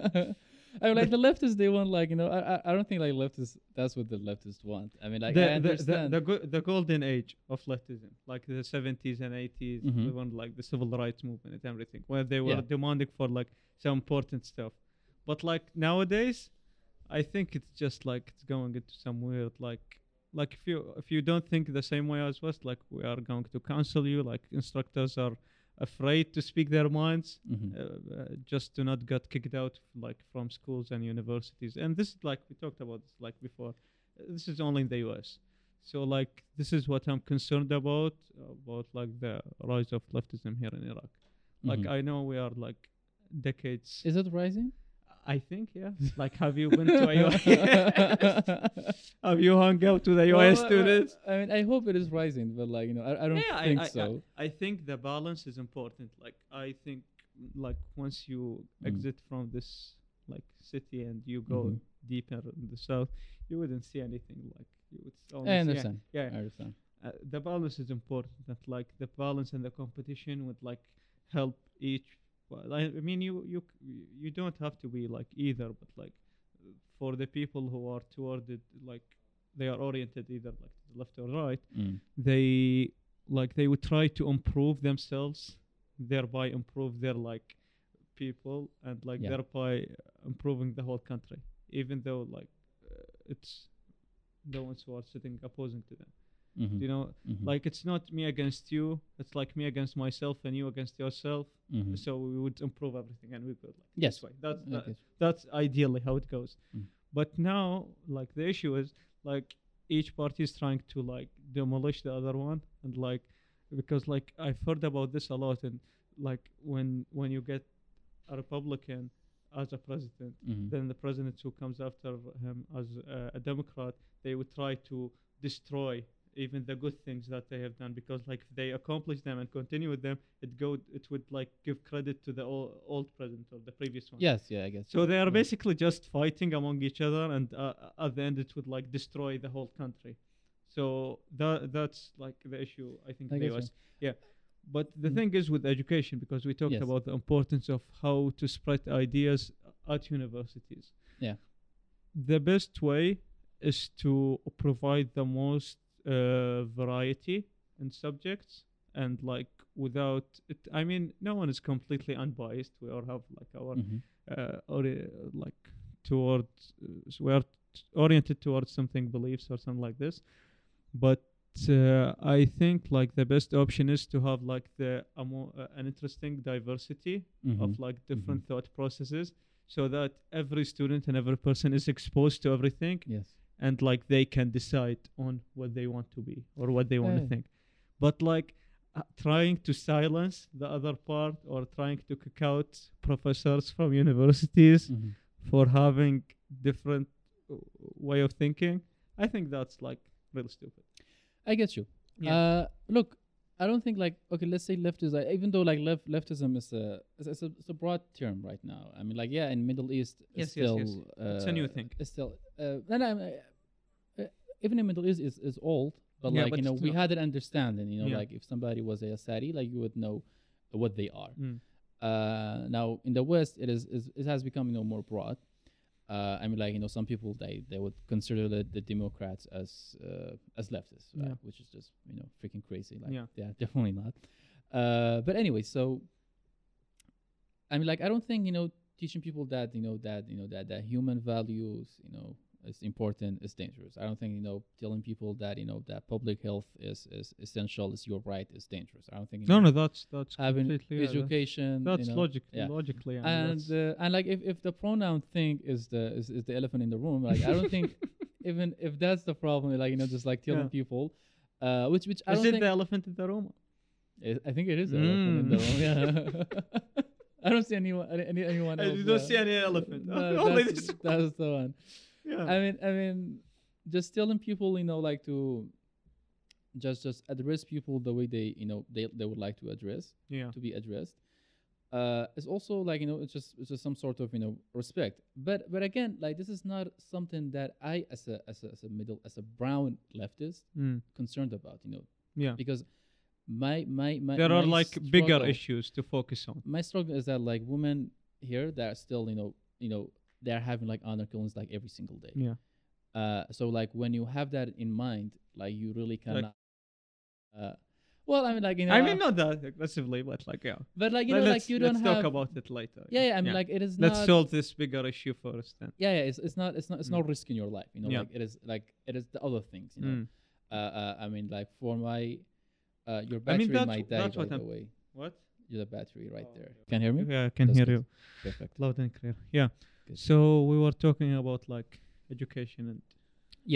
Speaker 1: mean, like the leftists, they want like you know. I I- I don't think like leftists. That's what the leftists want. I mean, like I
Speaker 2: the, the, the,
Speaker 1: understand.
Speaker 2: the, go- the golden age of leftism, like the 70s and 80s,
Speaker 1: Mhm.
Speaker 2: the one like the civil rights movement and everything, where they were
Speaker 1: Yeah.
Speaker 2: demanding for like some important stuff. But like nowadays, I think it's just like it's going into some weird like like if you if you don't think the same way as us, like we are going to cancel you. Like instructors are afraid to speak their minds
Speaker 1: Mhm.
Speaker 2: uh, uh, just to not get kicked out like from schools and universities. And this is like we talked about this like before. Uh, This is only in the U.S. So like this is what I'm concerned about about like the rise of leftism here in Iraq. Like
Speaker 1: Mhm.
Speaker 2: I know we are like decades.
Speaker 1: is it rising?
Speaker 2: I think yeah. like have you been to a U.S. have you hung out with a
Speaker 1: Well, uh,
Speaker 2: U.S.
Speaker 1: well,
Speaker 2: students?
Speaker 1: I mean, I hope it is rising, but like you know, I, I don't
Speaker 2: Yeah, I-
Speaker 1: think
Speaker 2: I- I-
Speaker 1: so.
Speaker 2: I think the balance is important. Like I think, like once you
Speaker 1: Mm.
Speaker 2: exit from this like city and you go
Speaker 1: Mhm.
Speaker 2: deeper in the south, you wouldn't see anything. Like you would s- only
Speaker 1: I,
Speaker 2: see-
Speaker 1: understand.
Speaker 2: Yeah,
Speaker 1: I understand.
Speaker 2: Uh, the balance is important. That like the balance and the competition would like help each. Well, I, I mean, you you c- you don't have to be like either, but like uh, for the people who are toward it, like they are oriented either like to the left or right
Speaker 1: Mm.
Speaker 2: they like they would try to improve themselves thereby improve their like people and like
Speaker 1: Yeah.
Speaker 2: thereby improving the whole country even though like uh, it's the ones who are sitting opposing to them
Speaker 1: Mhm.
Speaker 2: you know
Speaker 1: Mhm.
Speaker 2: like it's not me against you it's like me against myself and you against yourself
Speaker 1: Mhm.
Speaker 2: so we would improve everything and we could like
Speaker 1: Yes.
Speaker 2: this way that's that,
Speaker 1: Okay.
Speaker 2: that's ideally how it goes
Speaker 1: Mm.
Speaker 2: but now like the issue is like each party is trying to like demolish the other one and like because like i've heard about this a lot and like when when you get a republican as a president
Speaker 1: Mhm.
Speaker 2: then the president who comes after him as uh, a democrat they would try to destroy even the good things that they have done because like if they accomplish them and continue with them it go it would like give credit to the old, old president or the previous one
Speaker 1: Yes. Yeah. I guess. Mm-hmm.
Speaker 2: so they are
Speaker 1: Yeah.
Speaker 2: basically just fighting among each other, and uh, at the end, it would like destroy the whole country. So that that's like the issue I think
Speaker 1: I
Speaker 2: they
Speaker 1: guess
Speaker 2: was. Yeah, but the
Speaker 1: Mm.
Speaker 2: thing is with education because we talked
Speaker 1: Yes.
Speaker 2: about the importance of how to spread ideas uh, at universities.
Speaker 1: Yeah.
Speaker 2: the best way is to provide the most uh, variety in subjects and like without it, i mean no one is completely unbiased we all have like our
Speaker 1: Mhm.
Speaker 2: uh, or like towards uh, s- we are t- oriented towards something beliefs or something like this but uh, i think like the best option is to have like the a more, uh, an interesting diversity
Speaker 1: Mhm.
Speaker 2: of like different thought processes so that every student and every person is exposed to everything
Speaker 1: Yes.
Speaker 2: and like they can decide on what they want to be or what they want
Speaker 1: Yeah.
Speaker 2: to think but like uh, trying to silence the other part or trying to kick out professors from universities
Speaker 1: Mhm.
Speaker 2: for having different w- way of thinking. I think that's like real stupid.
Speaker 1: I get you. Uh, look, I don't think like okay, let's say leftism. Even though like left leftism is a it's, it's a it's a broad term right now. I mean like yeah, in Middle East, it's
Speaker 2: Yes, yes,
Speaker 1: still,
Speaker 2: yes.
Speaker 1: Uh,
Speaker 2: It's a new thing.
Speaker 1: It's still uh, and I'm, uh, even in Middle East is is old, but
Speaker 2: Yeah,
Speaker 1: like
Speaker 2: but
Speaker 1: you know
Speaker 2: it's
Speaker 1: we
Speaker 2: not-
Speaker 1: had an understanding. You know
Speaker 2: Yeah.
Speaker 1: like if somebody was a Yazidi, like you would know what they are.
Speaker 2: Mm.
Speaker 1: Uh, now in the West, it is, is it has become you know more broad. Uh, I mean, like you know, some people they, they would consider the, the Democrats as uh, as leftists, right?
Speaker 2: Yeah.
Speaker 1: which is just you know freaking crazy. Like,
Speaker 2: Yeah.
Speaker 1: yeah, definitely not. Uh, but anyway, so I mean, like, I don't think you know teaching people that you know that you know that that human values you know is important is dangerous. I don't think you know telling people that you know that public health is is essential is your right is dangerous. I don't think you
Speaker 2: No,
Speaker 1: know,
Speaker 2: no, that's that's
Speaker 1: having
Speaker 2: completely yeah, that-
Speaker 1: education.
Speaker 2: That's
Speaker 1: you know,
Speaker 2: logic,
Speaker 1: yeah.
Speaker 2: logically, and,
Speaker 1: and
Speaker 2: that's-
Speaker 1: uh, and like if, if the pronoun thing is the is, is the elephant in the room like i don't think even if that's the problem like you know just like telling
Speaker 2: Yeah.
Speaker 1: people uh which which i
Speaker 2: is
Speaker 1: don't
Speaker 2: it
Speaker 1: think
Speaker 2: the Mm. elephant in the room?
Speaker 1: I- i think it is the elephant in the room yeah i don't see anyone any- any, anyone else
Speaker 2: you don't
Speaker 1: yeah.
Speaker 2: see any elephant.
Speaker 1: No,
Speaker 2: Only
Speaker 1: that's,
Speaker 2: this one.
Speaker 1: that's the one
Speaker 2: Yeah.
Speaker 1: i mean i mean just telling people you know like to just just address people the way they you know they, they would like to address
Speaker 2: yeah.
Speaker 1: to be addressed. Uh, it's also like you know, it's just it's just some sort of you know respect. But but again, like this is not something that I as a as a, as a middle as a brown leftist
Speaker 2: Mm.
Speaker 1: concerned about. You know,
Speaker 2: Yeah.
Speaker 1: because my my my
Speaker 2: There are
Speaker 1: my
Speaker 2: like bigger
Speaker 1: struggle-
Speaker 2: issues to focus on.
Speaker 1: My struggle is that like women here, they're still you know you know they're having like honor killings like every single day.
Speaker 2: Yeah.
Speaker 1: Uh, so like when you have that in mind, like you really
Speaker 2: Like-
Speaker 1: cannot. uh, well, I mean, like you know,
Speaker 2: I mean, not that aggressively, but like, yeah.
Speaker 1: but like you
Speaker 2: Let-
Speaker 1: know,
Speaker 2: let's
Speaker 1: like you
Speaker 2: let's
Speaker 1: don't
Speaker 2: talk
Speaker 1: have.
Speaker 2: about it later.
Speaker 1: yeah, yeah, I mean, like it is
Speaker 2: let's
Speaker 1: not.
Speaker 2: solve this bigger issue first. Then.
Speaker 1: yeah, yeah it's, it's not it's not it's
Speaker 2: Mm.
Speaker 1: not risk in your life you know
Speaker 2: Yeah.
Speaker 1: like it is like it is the other things you know
Speaker 2: Mm.
Speaker 1: uh, uh, i mean like for my uh your
Speaker 2: I
Speaker 1: battery
Speaker 2: mean, that's
Speaker 1: might
Speaker 2: wh-
Speaker 1: die
Speaker 2: that's
Speaker 1: by
Speaker 2: what
Speaker 1: the
Speaker 2: I'm-
Speaker 1: way
Speaker 2: What?
Speaker 1: you're the battery right
Speaker 2: Oh,
Speaker 1: there
Speaker 2: okay.
Speaker 1: can you hear me
Speaker 2: Yeah, I can
Speaker 1: That's
Speaker 2: hear
Speaker 1: good.
Speaker 2: you
Speaker 1: perfect
Speaker 2: loud and clear. Yeah.
Speaker 1: Good.
Speaker 2: So we were talking about like education and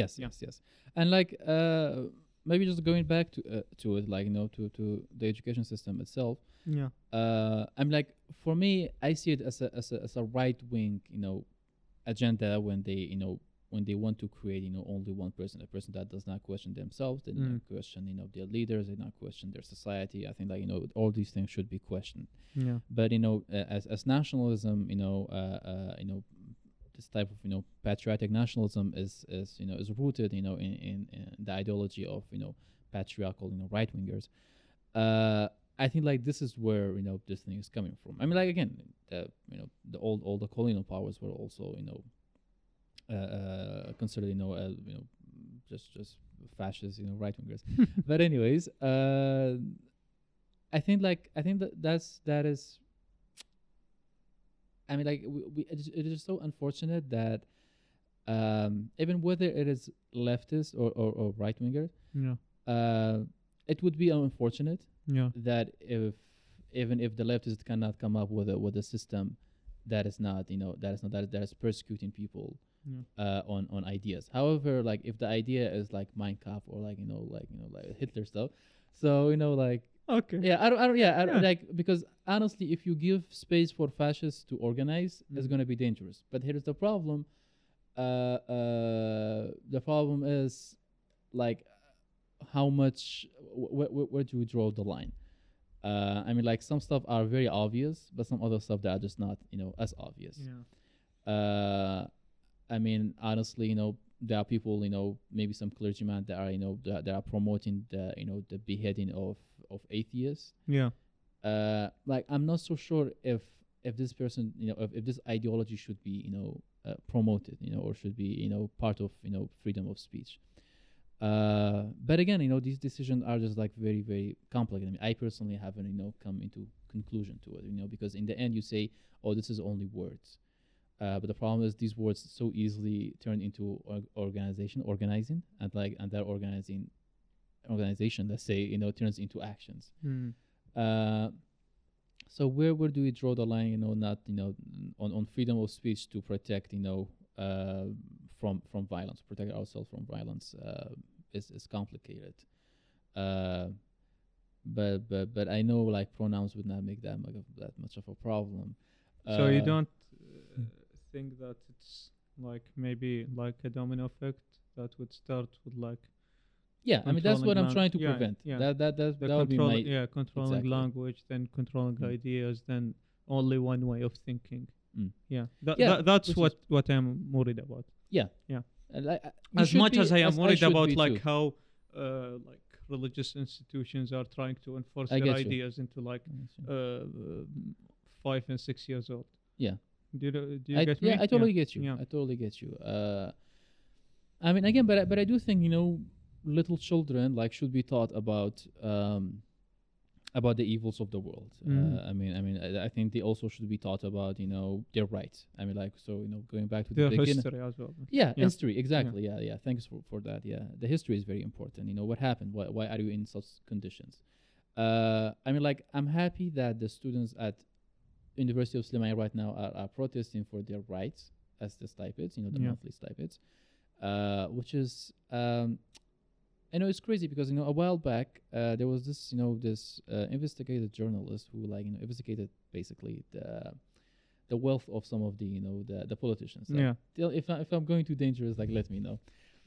Speaker 1: yes
Speaker 2: Yeah.
Speaker 1: yes yes and like uh maybe just going back to uh, to it like you know to to the education system itself
Speaker 2: yeah,
Speaker 1: uh i'm like for me i see it as a as a, as a right wing you know agenda when they you know when they want to create you know only one person a person that does not question themselves they do not question you know their leaders they do not question their society i think like you know all these things should be questioned
Speaker 2: yeah,
Speaker 1: but you know uh, as as nationalism you know uh, uh you know this type of you know patriotic nationalism is is you know is rooted you know in in, in the ideology of you know patriarchal you know right wingers uh i think like this is where you know this thing is coming from i mean like again the you know the old all the colonial powers were also you know uh, uh considered you know uh, you know just just fascist you know right wingers but anyways uh I think like I think that that's that is. I mean, like we, we it is- it is so unfortunate that um, even whether it is leftist or or, or right winger,
Speaker 2: yeah,
Speaker 1: uh, it would be unfortunate
Speaker 2: yeah,
Speaker 1: that if even if the leftist cannot come up with a with a system that is not you know that is not that, that is persecuting people
Speaker 2: Yeah.
Speaker 1: uh, on on ideas. However, like if the idea is like Mein Kampf or like you know like you know like Hitler stuff, so you know like
Speaker 2: Okay.
Speaker 1: yeah, I don't, I don't yeah, I don't,
Speaker 2: Yeah.
Speaker 1: like because honestly, if you give space for fascists to organize, it's
Speaker 2: Mm.
Speaker 1: gonna be dangerous. But here's the problem. Uh, uh, the problem is like how much wh- wh- wh- where do you draw the line? Uh, I mean, like some stuff are very obvious, but some other stuff that are just not, you know, as obvious
Speaker 2: yeah.
Speaker 1: uh, I mean, honestly, you know, there are people, you know, maybe some clergymen that are, you know, that, that are promoting the, you know, the beheading of of atheists.
Speaker 2: yeah.
Speaker 1: Uh, like, I'm not so sure if if this person, you know, if, if this ideology should be, you know, uh, promoted, you know, or should be, you know, part of, you know, freedom of speech. Uh, but again, you know, these decisions are just like very, very complicated. I, mean, I personally haven't, you know, come into conclusion to it, you know, because in the end you say, oh, this is only words. Uh, but the problem is these words so easily turn into org- organization, organizing, and like and that organizing organization, let's say, you know, turns into actions.
Speaker 2: Mm.
Speaker 1: Uh, so where where do we draw the line? You know, not you know n- on, on freedom of speech to protect you know uh, from from violence, protect ourselves from violence uh, is is complicated. Uh, but but but I know like pronouns would not make that much of that much of a problem.
Speaker 2: so you
Speaker 1: Uh,
Speaker 2: don't uh, think that it's like maybe like a domino effect that would start with like
Speaker 1: Yeah, I mean that's
Speaker 2: controlling
Speaker 1: what I'm
Speaker 2: lan-
Speaker 1: trying to
Speaker 2: yeah,
Speaker 1: prevent.
Speaker 2: yeah.
Speaker 1: That that that
Speaker 2: the
Speaker 1: that would be
Speaker 2: control
Speaker 1: my
Speaker 2: yeah controlling
Speaker 1: exactly.
Speaker 2: language then controlling
Speaker 1: Mm.
Speaker 2: ideas then only one way of thinking
Speaker 1: Mm.
Speaker 2: yeah, Tha-
Speaker 1: Yeah,
Speaker 2: tha- that's
Speaker 1: which is-
Speaker 2: what what i'm worried about
Speaker 1: and like, I- you
Speaker 2: as
Speaker 1: should
Speaker 2: much
Speaker 1: be-
Speaker 2: as i am worried
Speaker 1: should
Speaker 2: about
Speaker 1: be
Speaker 2: like
Speaker 1: too.
Speaker 2: how uh like religious institutions are trying to
Speaker 1: I
Speaker 2: enforce their
Speaker 1: get you.
Speaker 2: ideas into like uh um, five and six years old
Speaker 1: Yeah.
Speaker 2: do you, know- do you
Speaker 1: I,
Speaker 2: get
Speaker 1: yeah,
Speaker 2: me
Speaker 1: I totally get you.
Speaker 2: Yeah.
Speaker 1: I totally get you. Uh, I mean, again, but I, but I do think you know, little children like should be taught about um, about the evils of the world.
Speaker 2: Mm.
Speaker 1: Uh, I mean, I mean, I, I think they also should be taught about you know their rights. I mean, like so you know, going back to
Speaker 2: their
Speaker 1: the beginning.
Speaker 2: history as well
Speaker 1: Yeah,
Speaker 2: Yeah.
Speaker 1: history exactly. Yeah. yeah, Thanks for, for that. Yeah, the history is very important. You know what happened. Why why are you in such conditions? Uh, I mean, like I'm happy that the students at University of Slimane right now are, are protesting for their rights as the stipends. You know the
Speaker 2: Yeah.
Speaker 1: monthly stipends, uh, which is um, I know it's crazy because you know a while back uh, there was this you know this uh, investigative journalist who like you know investigated basically the the wealth of some of the you know the the politicians. Like,
Speaker 2: yeah
Speaker 1: tell- if I, if I'm going too dangerous, like let me know.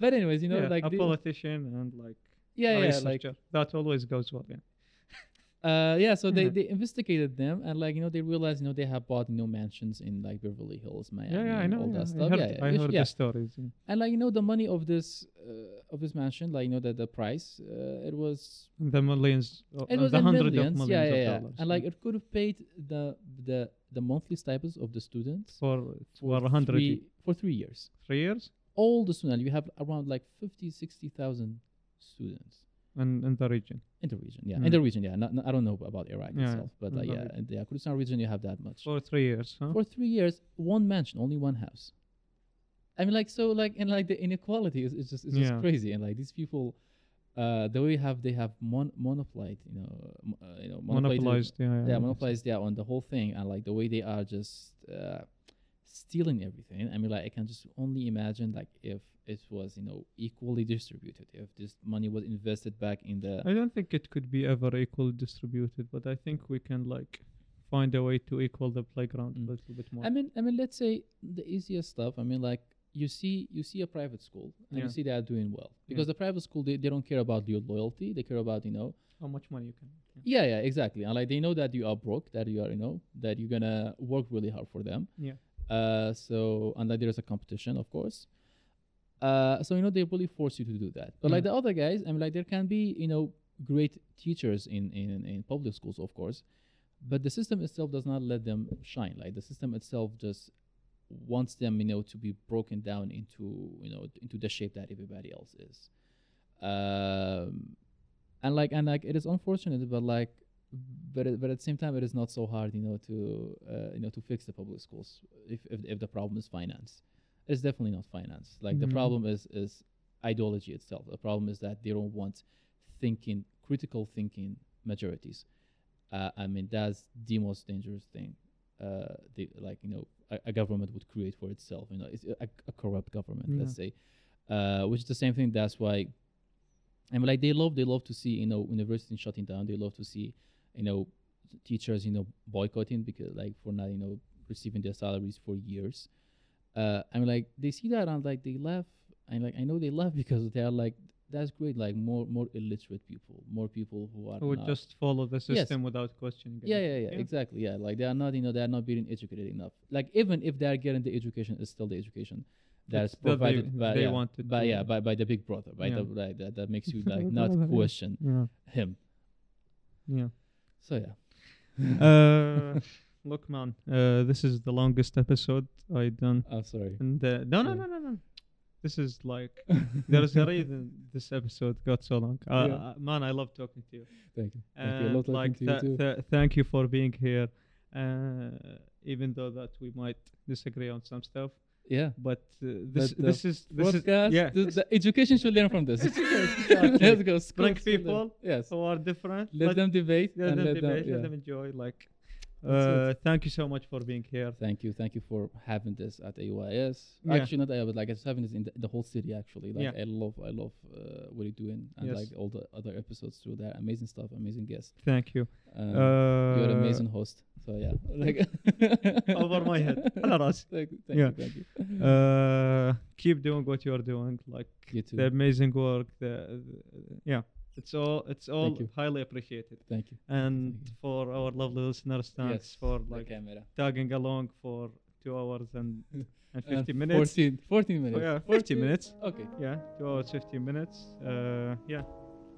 Speaker 1: But anyways, you know,
Speaker 2: Yeah,
Speaker 1: like
Speaker 2: a
Speaker 1: the-
Speaker 2: politician and like
Speaker 1: yeah,
Speaker 2: a
Speaker 1: yeah, like
Speaker 2: researcher. that always goes well. Yeah,
Speaker 1: uh, yeah. So they,
Speaker 2: Mhm.
Speaker 1: they investigated them and like you know they realized you know they have bought you know mansions in like Beverly Hills, Miami,
Speaker 2: yeah, yeah I
Speaker 1: and
Speaker 2: know.
Speaker 1: all
Speaker 2: yeah.
Speaker 1: that stuff.
Speaker 2: I heard,
Speaker 1: yeah, yeah.
Speaker 2: I
Speaker 1: which-
Speaker 2: heard
Speaker 1: yeah.
Speaker 2: the stories. yeah.
Speaker 1: and like you know the money of this uh, of this mansion, like you know that the price uh, it was
Speaker 2: The millions, uh,
Speaker 1: it was
Speaker 2: the
Speaker 1: in
Speaker 2: hundreds of
Speaker 1: millions,
Speaker 2: millions
Speaker 1: yeah, yeah,
Speaker 2: of
Speaker 1: yeah.
Speaker 2: dollars.
Speaker 1: and like it could have paid the the the monthly stipends of the students
Speaker 2: for for a hundred
Speaker 1: three,
Speaker 2: ye-
Speaker 1: for three years.
Speaker 2: three years
Speaker 1: All the students, you have around like 50, 60,000 students.
Speaker 2: in, in the region.
Speaker 1: in the region, yeah, in
Speaker 2: Mm.
Speaker 1: the region, yeah. Not, not- I don't know about Iraq
Speaker 2: Yeah,
Speaker 1: itself, but
Speaker 2: in
Speaker 1: like,
Speaker 2: the
Speaker 1: yeah,
Speaker 2: region.
Speaker 1: in the Kurdistan region, you have that much
Speaker 2: For three years, huh?
Speaker 1: for three years, one mansion, only one house. I mean, like, so, like, and like the inequality is, is just is just
Speaker 2: Yeah.
Speaker 1: crazy, and like these people, uh, the way have they have mon- monopolized, you know, m- uh, you know,
Speaker 2: monopolized, yeah, yeah,
Speaker 1: yeah, monopolized, yeah, on the whole thing, and like the way they are just uh, stealing everything. I mean, like, I can just only imagine, like, if it was, you know, equally distributed, if this money was invested back in the
Speaker 2: I don't think it could be ever equally distributed, but I think we can like find a way to equal the playground
Speaker 1: Mm.
Speaker 2: a little bit more.
Speaker 1: I mean, I mean, let's say the easiest stuff. I mean, like you see, you see a private school and
Speaker 2: Yeah.
Speaker 1: you see they are doing well
Speaker 2: Yeah.
Speaker 1: because the private school they, they don't care about your loyalty. They care about you know.
Speaker 2: How much money you can?
Speaker 1: Yeah, yeah, exactly. And like they know that you are broke, that you are you know that you're gonna work really hard for them.
Speaker 2: Yeah.
Speaker 1: Uh, so and like there is a competition, of course. Uh, so you know they really force you to do that. But like
Speaker 2: Yeah.
Speaker 1: the other guys, I mean, like there can be you know great teachers in in in public schools, of course, but the system itself does not let them shine. Like the system itself just wants them, you know, to be broken down into you know into the shape that everybody else is. Um, and like and like it is unfortunate, but like. But it, but at the same time, it is not so hard, you know, to uh, you know to fix the public schools if, if if the problem is finance. It's definitely not finance. Like the
Speaker 2: Mhm.
Speaker 1: problem is is ideology itself. The problem is that they don't want thinking, critical thinking majorities. Uh, I mean, that's the most dangerous thing. Uh, the, like you know, a, a government would create for itself. You know, it's a, a corrupt government, let's say, uh, which is the same thing. That's why, I mean, like they love they love to see you know universities shutting down. They love to see you know teachers you know boycotting because like for not you know receiving their salaries for years. Uh, I mean, like they see that and like they laugh. And like I know they laugh because they are like that's great. Like more more illiterate people, more people who are
Speaker 2: Who would
Speaker 1: not-
Speaker 2: just follow the system without questioning?
Speaker 1: yeah, yeah,
Speaker 2: anything.
Speaker 1: yeah, exactly. Yeah, like they are not, you know, they are not being educated enough. Like even if they are getting the education, it's still the education that's
Speaker 2: It's that they-
Speaker 1: provided by,
Speaker 2: they
Speaker 1: yeah,
Speaker 2: wanted
Speaker 1: by
Speaker 2: to-
Speaker 1: yeah, by, by the big brother, by
Speaker 2: Yeah.
Speaker 1: the like that, that makes you like not
Speaker 2: Yeah.
Speaker 1: question
Speaker 2: yeah,
Speaker 1: him.
Speaker 2: yeah.
Speaker 1: So yeah,
Speaker 2: uh, look, man, uh, this is the longest episode I done,
Speaker 1: I'm sorry.
Speaker 2: and uh, no, no,
Speaker 1: Yeah.
Speaker 2: no, no, no. This is like there is a reason this episode got so long. Uh,
Speaker 1: Yeah.
Speaker 2: uh, man, I love talking to you.
Speaker 1: Thank you. Thank you. I
Speaker 2: And
Speaker 1: love
Speaker 2: like,
Speaker 1: talking to you
Speaker 2: tha-
Speaker 1: too.
Speaker 2: tha- thank you for being here. Uh, even though that we might disagree on some stuff,
Speaker 1: yeah.
Speaker 2: but uh, this
Speaker 1: But, uh,
Speaker 2: this is this is
Speaker 1: Podcast.
Speaker 2: yeah,
Speaker 1: The, the education should learn from this.
Speaker 2: Exactly.
Speaker 1: Let's go. Schools
Speaker 2: Bring
Speaker 1: should learn-
Speaker 2: people
Speaker 1: Yes.
Speaker 2: who are different.
Speaker 1: Let
Speaker 2: but
Speaker 1: them debate.
Speaker 2: let
Speaker 1: and
Speaker 2: them
Speaker 1: let
Speaker 2: debate.
Speaker 1: yeah.
Speaker 2: Let them enjoy. Like Uh, thank you so much for being here.
Speaker 1: Thank you, thank you for having this at AYS.
Speaker 2: Yeah.
Speaker 1: Actually, not AYS, like it's having this in the, the whole city. Actually, like
Speaker 2: Yeah.
Speaker 1: I love, I love uh, what you're doing and
Speaker 2: Yes.
Speaker 1: like all the other episodes through that. Amazing stuff, amazing guests.
Speaker 2: Thank you.
Speaker 1: Um,
Speaker 2: uh,
Speaker 1: you're an amazing host. So yeah, like
Speaker 2: Over my head. على راسي.
Speaker 1: Thank, thank
Speaker 2: Yeah.
Speaker 1: you, thank you.
Speaker 2: Uh, keep doing what you are doing. Like
Speaker 1: You too.
Speaker 2: the amazing work. The, the- yeah, it's all it's all
Speaker 1: you.
Speaker 2: highly appreciated.
Speaker 1: Thank you.
Speaker 2: And
Speaker 1: you.
Speaker 2: for our lovely listeners, thanks
Speaker 1: Yes,
Speaker 2: for
Speaker 1: the
Speaker 2: like
Speaker 1: camera.
Speaker 2: tagging along for two hours and and
Speaker 1: Uh,
Speaker 2: fifty minutes. Oh,
Speaker 1: 14, 14 minutes.
Speaker 2: yeah, 50 minutes.
Speaker 1: Okay.
Speaker 2: Yeah, two hours fifty minutes. Uh, yeah,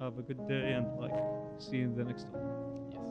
Speaker 2: have a good day and like see you in the next one.
Speaker 1: Yes.